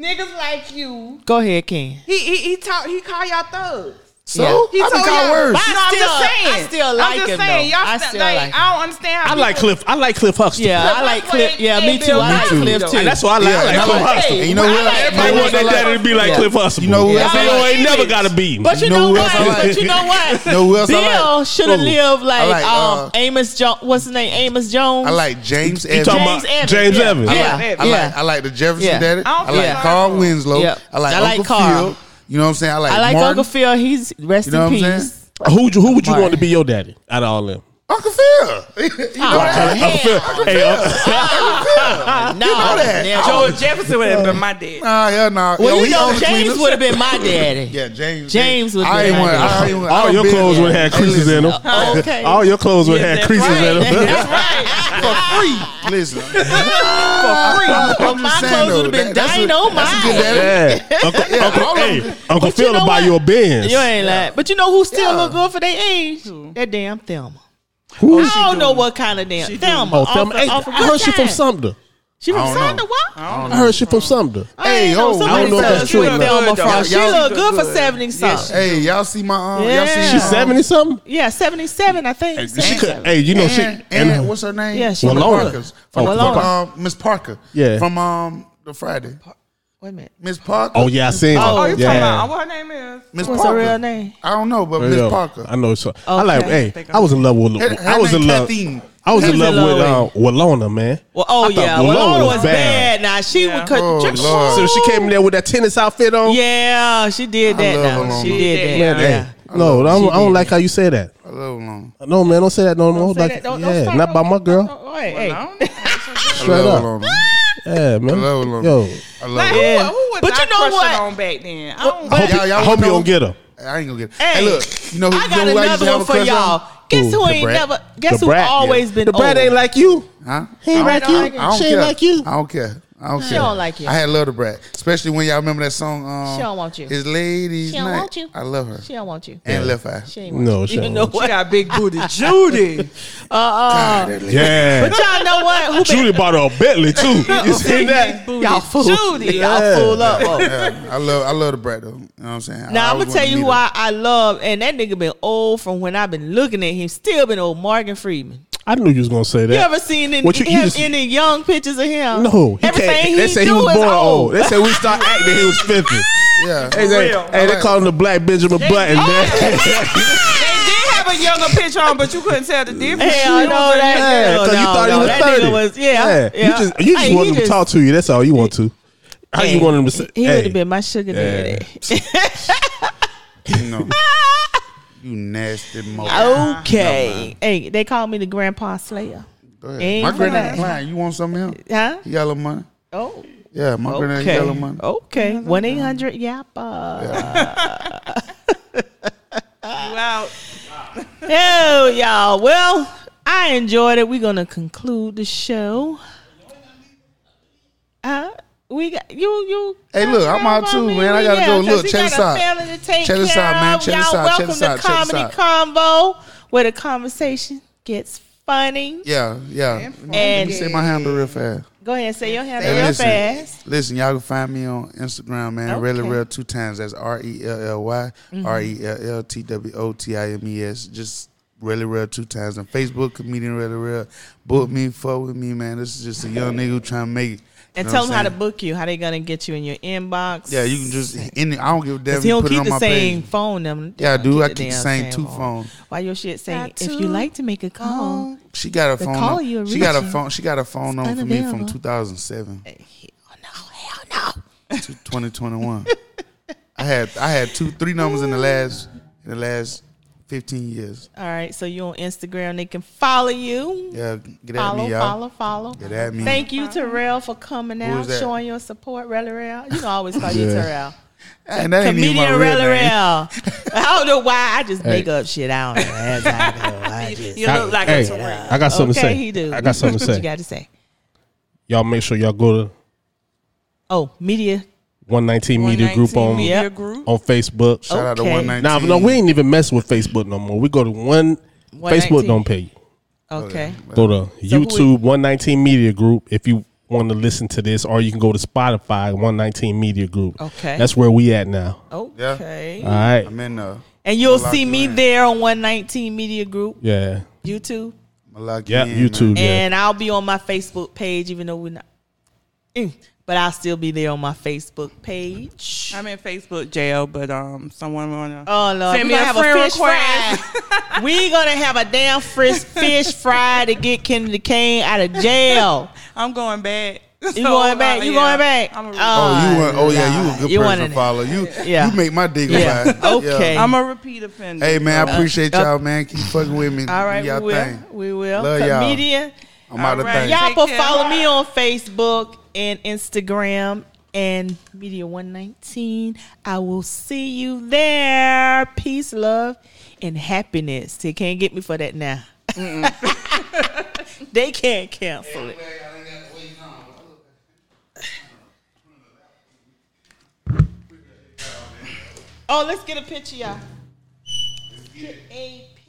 F: niggas like you.
D: Go ahead, Ken.
F: He he he talk. He call y'all thugs.
E: So
F: He
E: I can
F: told
E: call
F: y'all-
E: words.
F: But
D: I
F: I'm
D: still-
F: just saying.
D: I still like
F: I'm just
D: him,
F: saying,
D: though.
F: Y'all
D: I
F: st-
D: still
F: like,
D: like him.
F: I don't understand.
A: I
F: How
A: like
F: people-
A: Cliff. I like Cliff Huxtable.
D: Yeah, I
F: But
D: like
F: that's what
D: Cliff.
F: it-
D: Yeah, me
F: it
D: too. I
F: built
D: like
F: up
D: Cliff
F: to,
D: too.
F: though.
A: And that's why I like,
E: Yeah,
A: I like
E: and I
A: Cliff
E: like-
A: Huxtable.
E: and you know
F: I
E: what?
F: like
E: else? You know
A: I
F: everybody
E: what
A: want
E: else
F: that
A: that
E: I
A: daddy
E: like?
A: to be like
F: Yeah.
A: Cliff Huxtable.
E: You know who else
A: He
E: I
A: don't
E: like?
A: ain't never got to beat him.
D: But you,
E: You know
D: know,
E: who else I
D: what?
E: like?
D: But you know what?
E: You know who else I like?
D: Bill should have
E: Who?
D: lived like,
E: I like,
D: um
E: uh,
D: Amos Jones. What's his name? Amos Jones.
E: I like James
A: you
E: Evans.
A: talking
D: James
A: about
D: Evans,
A: James
D: yeah.
A: Evans?
E: I
D: Yeah.
E: like, I
D: Yeah.
E: like I like the Jefferson
D: Yeah.
E: Daddy.
F: I don't
E: I like
F: think
E: Carl
F: so.
E: Winslow.
D: Yeah.
E: I like,
D: I like
E: Uncle
D: Carl.
E: Phil. You know what I'm saying? I like,
D: I like
E: Martin.
D: Uncle Phil. He's rest
E: You know
D: in
E: what I'm
D: peace.
E: saying?
A: Who would you, who would you
D: Martin.
A: want to be your daddy out of all them?
E: Uncle
D: Oh,
E: Phil. [laughs] you know
A: Uncle
E: that?
A: Phil. Hey, uh,
D: No,
E: that.
D: never.
F: George Jefferson would have been my dad.
E: Nah, hell nah.
D: Well,
E: Yo,
D: you
E: he
D: know,
E: owned the
D: James
E: Cleaners.
D: would have been my daddy.
E: Yeah, James.
D: James would
E: I
D: be
E: ain't
D: my
E: want.
D: daddy.
E: I ain't want.
A: all your clothes would have had creases in them.
D: Okay.
A: All your clothes would have had creases in them.
D: That's right.
E: Free. Listen. [laughs] For free.
D: Well, my clothes would've been dynamite.
E: That's a good daddy.
A: Yeah. Uncle,
E: Yeah, all
A: Uncle,
E: of
A: hey,
E: them.
A: Uncle
D: But you
A: Phil
D: know
A: will buy
D: what?
A: you a Benz.
D: You ain't like, but you know who still
E: Yeah.
D: look good for their age? That damn Thelma.
A: Who is
D: I don't know what kind of damn Thelma.
A: Oh, Thelma. Hey,
D: off of-
A: I heard she
D: what
A: from
D: time?
A: Sumter.
D: She
E: I
D: from
E: don't know.
D: Sumner? What?
A: I heard she from Sumter.
D: I
E: Hey,
D: ain't know
E: oh,
D: somebody
A: I don't know if
D: said
A: that's
D: she
A: true
D: was
A: or not.
D: Thelma Frost. She
E: Y'all- y'all-
D: look good for 70 something.
E: Hey, y'all see my um, y'all see
D: Yeah.
A: She's seventy something.
D: Yeah, 77, I think.
A: She
D: 77.
A: could. Hey, you know she
E: and,
A: and-
E: and what's her name?
D: Yeah, she
E: from the
A: Walona.
E: Parkers. From
A: Oh,
E: the- from,
D: Walona.
E: um, Miss Parker.
A: Yeah.
E: From um the Friday.
D: Wait a minute.
E: Miss Parker.
A: Oh yeah, I seen. her.
F: Oh, you
A: yeah.
F: talking about what her name is?
E: Miss
D: What's
E: Parker.
D: her real name?
E: I don't know, but
A: Yeah.
E: Miss Parker.
A: I know. So I like.
D: Okay.
A: Hey, I was in love with.
E: Her- her
A: I was
E: name
A: in love.
E: Kathleen.
A: I was in
D: Kathleen
A: love with uh,
D: Lowry.
A: Walona, man.
D: Well, oh,
A: I thought
D: yeah.
A: Walona
D: Walona
A: was
D: was bad. Now, she
F: Yeah.
D: would cut.
E: Oh, Lord.
A: So she came in there with that tennis outfit on.
D: Yeah, she did that
E: love
D: now.
E: Walona.
D: She did
F: Yeah,
D: that.
A: Hey,
D: Yeah.
A: no, I don't, I don't like how you say that.
E: I love Alone.
A: No, man, don't say that no more.
D: Don't say
A: Like,
D: that. Don't- don't
A: yeah,
D: start
A: not by my girl.
D: Oh, hey, hey.
F: I [laughs] don't know.
E: I
A: Straight
E: love
A: up.
E: Alone.
A: Yeah, man.
E: Hello, hello.
A: Yo,
E: I
F: Like,
E: love
F: who-
E: it.
D: Yeah.
F: who, was
D: But
F: I
D: you know
F: crushing
D: what?
F: on back then? I don't
A: hope,
E: Y'all-
A: you-
E: y'all
A: hope you
E: know-
A: don't get her.
E: I ain't gonna get it.
D: Hey.
E: Hey, look, you know,
D: I
E: you
D: got
E: know who I used to
D: another
E: have
D: one
E: a
D: for
E: crush
D: y'all.
E: on?
D: Guess who
E: the
D: ain't
E: brat.
D: never? Guess
A: The
D: who
A: brat, yeah.
D: always been?
A: The brat
D: old.
A: ain't like you.
E: Huh?
A: He ain't like
E: I
A: you.
E: don't
A: She
E: care.
A: ain't like you.
E: I don't care. I don't care.
D: don't like you.
E: I had love the brat, especially when y'all remember that song. Um,
D: She don't want you.
E: It's ladies'
D: She don't
E: night.
D: want you.
E: I love her.
D: She don't want you.
E: and left eye.
D: She ain't want
A: No, she
D: you. You
A: don't
D: know
A: want
F: She
D: what?
F: got big
D: [laughs]
F: booty Judy.
E: God,
A: Yeah.
D: Y'all know what? Who been-
A: Judy bought her a
D: [laughs]
A: Bentley too. You seen that?
D: Y'all fool.
F: Judy.
A: Yeah.
D: Y'all fool up. Oh.
E: yeah, I love I love the brat though. You know what I'm saying?
D: Now
E: I
D: I'm
E: always
D: gonna tell
E: wanted to
D: you
E: meet
D: who
E: her.
D: I, I love, and that nigga been old from when I've been looking at him. Still been old, Morgan Freeman.
A: I knew you was gonna say that.
D: You ever seen any,
A: What you- you
D: him,
A: just-
D: any young pictures of him?
A: No, he
D: everything
A: can't.
D: he
A: They say
D: do
A: he was
D: is
A: born
D: old.
A: old. They say we
D: [laughs]
A: start acting, he was fifty.
E: Yeah.
A: Hey, they,
F: real.
A: hey, they call him the Black Benjamin Button, man.
F: They did have a younger picture on, but you couldn't tell the difference.
D: Hell
F: She
D: no,
F: was
D: that-
F: in-
A: Yeah,
D: hell
A: because you
D: no,
A: thought
D: no,
A: he was
D: that
A: thirty.
D: nigga was- yeah,
A: You
D: yeah.
A: just you just
D: Hey, he
A: wanted him to
D: just-
A: talk to you. That's all you want to. How
D: Hey,
A: you wanted him to say?
D: He
A: hey,
D: would have been my sugar daddy. [laughs]
E: No. you nasty mo.
D: Oh, Okay. Hey, they call me the Grandpa Slayer.
E: Go ahead.
D: Ain't
E: My
D: for
E: granddaddy
D: that.
E: Klein. You want
D: [laughs]
E: something else?
D: Huh?
E: He got a little money.
D: Oh.
E: Yeah, my granddaddy got a little
D: Okay. Oh.
E: money.
D: Okay. One eight hundred uh, Yappa.
F: You out.
D: Oh, y'all. Well, I enjoyed it. We're gonna conclude the show. Uh we got you. You.
E: Hey, look, I'm out too, man. I gotta go. Look, check this out.
D: Check
E: Check this out, man. Check
D: y'all
E: this out. Check
D: Welcome
E: this
D: to
E: out. Check this
D: Comedy
E: out.
D: Combo, where the conversation gets funny.
E: Yeah, yeah. Let
D: And
E: me say my handle real fast.
D: go ahead and say your handle
E: Hey,
D: real
E: listen,
D: fast.
E: Listen, y'all can find me on Instagram, man.
D: Okay. Mm-hmm.
E: Really real two times. That's R E L L Y R E L L T W O T I M E S. Just really real two times. And Facebook, comedian really real. Book me, fuck with me, man. This is just a young nigga who trying to make it. You
D: And
E: know
D: tell
E: what
D: them how
E: I'm
D: to
E: saying?
D: book you. How they gonna get you in your inbox?
E: Yeah, you can just any. I don't give a damn.
D: Cause
E: if
D: he
E: you
D: don't
E: put it
D: keep
E: on
D: the
E: my
D: same
E: page.
D: phone number.
E: Yeah, I
D: Don't
E: do.
D: keep
E: I
D: the
E: keep the
D: damn
E: same two phone.
D: Why your shit say
F: Got
D: if
F: two
D: you like to make a call?
E: She got a
D: The
E: phone.
D: call
E: num-
D: you
E: she got a
D: reaching
E: phone. She got a phone number for me from
D: unavailable.
E: 2007
D: Hell Oh, no, hell no.
E: to 2021. I had I had two three numbers in the last in the last 15 years.
D: All right, so you on Instagram? They can follow you.
E: Yeah, get at
D: Follow,
E: me, y'all.
D: follow, follow.
E: Get at me.
D: Thank you, Terrell, for coming out,
E: is that?
D: showing your support, Rellerell. You can always call you
A: Yeah.
D: Terrell.
E: And Eh, that ain't even my
D: Comedian
E: real name. [laughs]
D: Rellerell. I don't know why. I just make up shit. I don't know. That's how I do. I just-
F: You look like
A: hey,
F: a Terrell.
A: I got something
D: okay,
A: to say.
D: he do.
A: I got something
D: [laughs]
A: to
D: What you
A: say.
D: got to say?
A: Y'all make sure y'all go to
D: Oh, media.
A: 119 Media Group
F: 119
A: on
F: Media
D: Yep.
F: Group.
A: on Facebook.
E: Shout out to
D: Okay.
E: 119.
A: Nah, no, we ain't even messing with Facebook no more. We go to one. Facebook
D: 119.
A: don't pay you.
D: Okay.
A: Go to
D: who
A: YouTube 119 Media Group if you want to listen to this, or you can go to Spotify 119 Media Group.
D: Okay.
A: that's where we at now.
D: Okay.
A: All right,
E: I'm in. Uh,
D: And you'll
E: Lock
D: see
E: you
D: me
E: in.
D: there on 119 Media Group,
A: Yeah.
D: YouTube.
E: Malaki
A: Yeah,
E: in,
A: you
E: man.
A: too. Yeah.
D: And I'll be on my Facebook page, even though we're not. Mm. But I'll still be there on my Facebook page.
F: I'm in Facebook jail, but um, someone wanna
D: Oh Lord,
F: send
D: we
F: me
D: gonna
F: a
D: have
F: friend
D: a fish
F: request. [laughs]
D: fry. [laughs] we gonna have a damn fish fish fry to get Kennedy Kane out of jail.
F: I'm going back. [laughs] uh,
D: You going back? You going back?
F: I'm a,
E: Oh, you
D: Oh,
E: were, oh yeah, you a good
D: you
E: person
D: wanted
E: to
D: it.
E: follow. You,
D: Yeah.
E: you make my dignify.
D: Yeah. Okay. Uh,
F: I'm a repeat offender.
E: Hey man, I appreciate y'all, man. Keep fucking with me.
D: All right,
E: Do y'all
D: we will.
E: thing.
D: We will.
E: Love y'all.
D: Comedian.
E: I'm out of
F: All right.
E: things.
D: Y'all
F: Take
D: can
F: care.
D: follow me on Facebook and Instagram and Media 119. I will see you there. Peace, love, and happiness. They can't get me for that now. [laughs] they can't cancel it. Oh, let's get a picture, y'all. Get a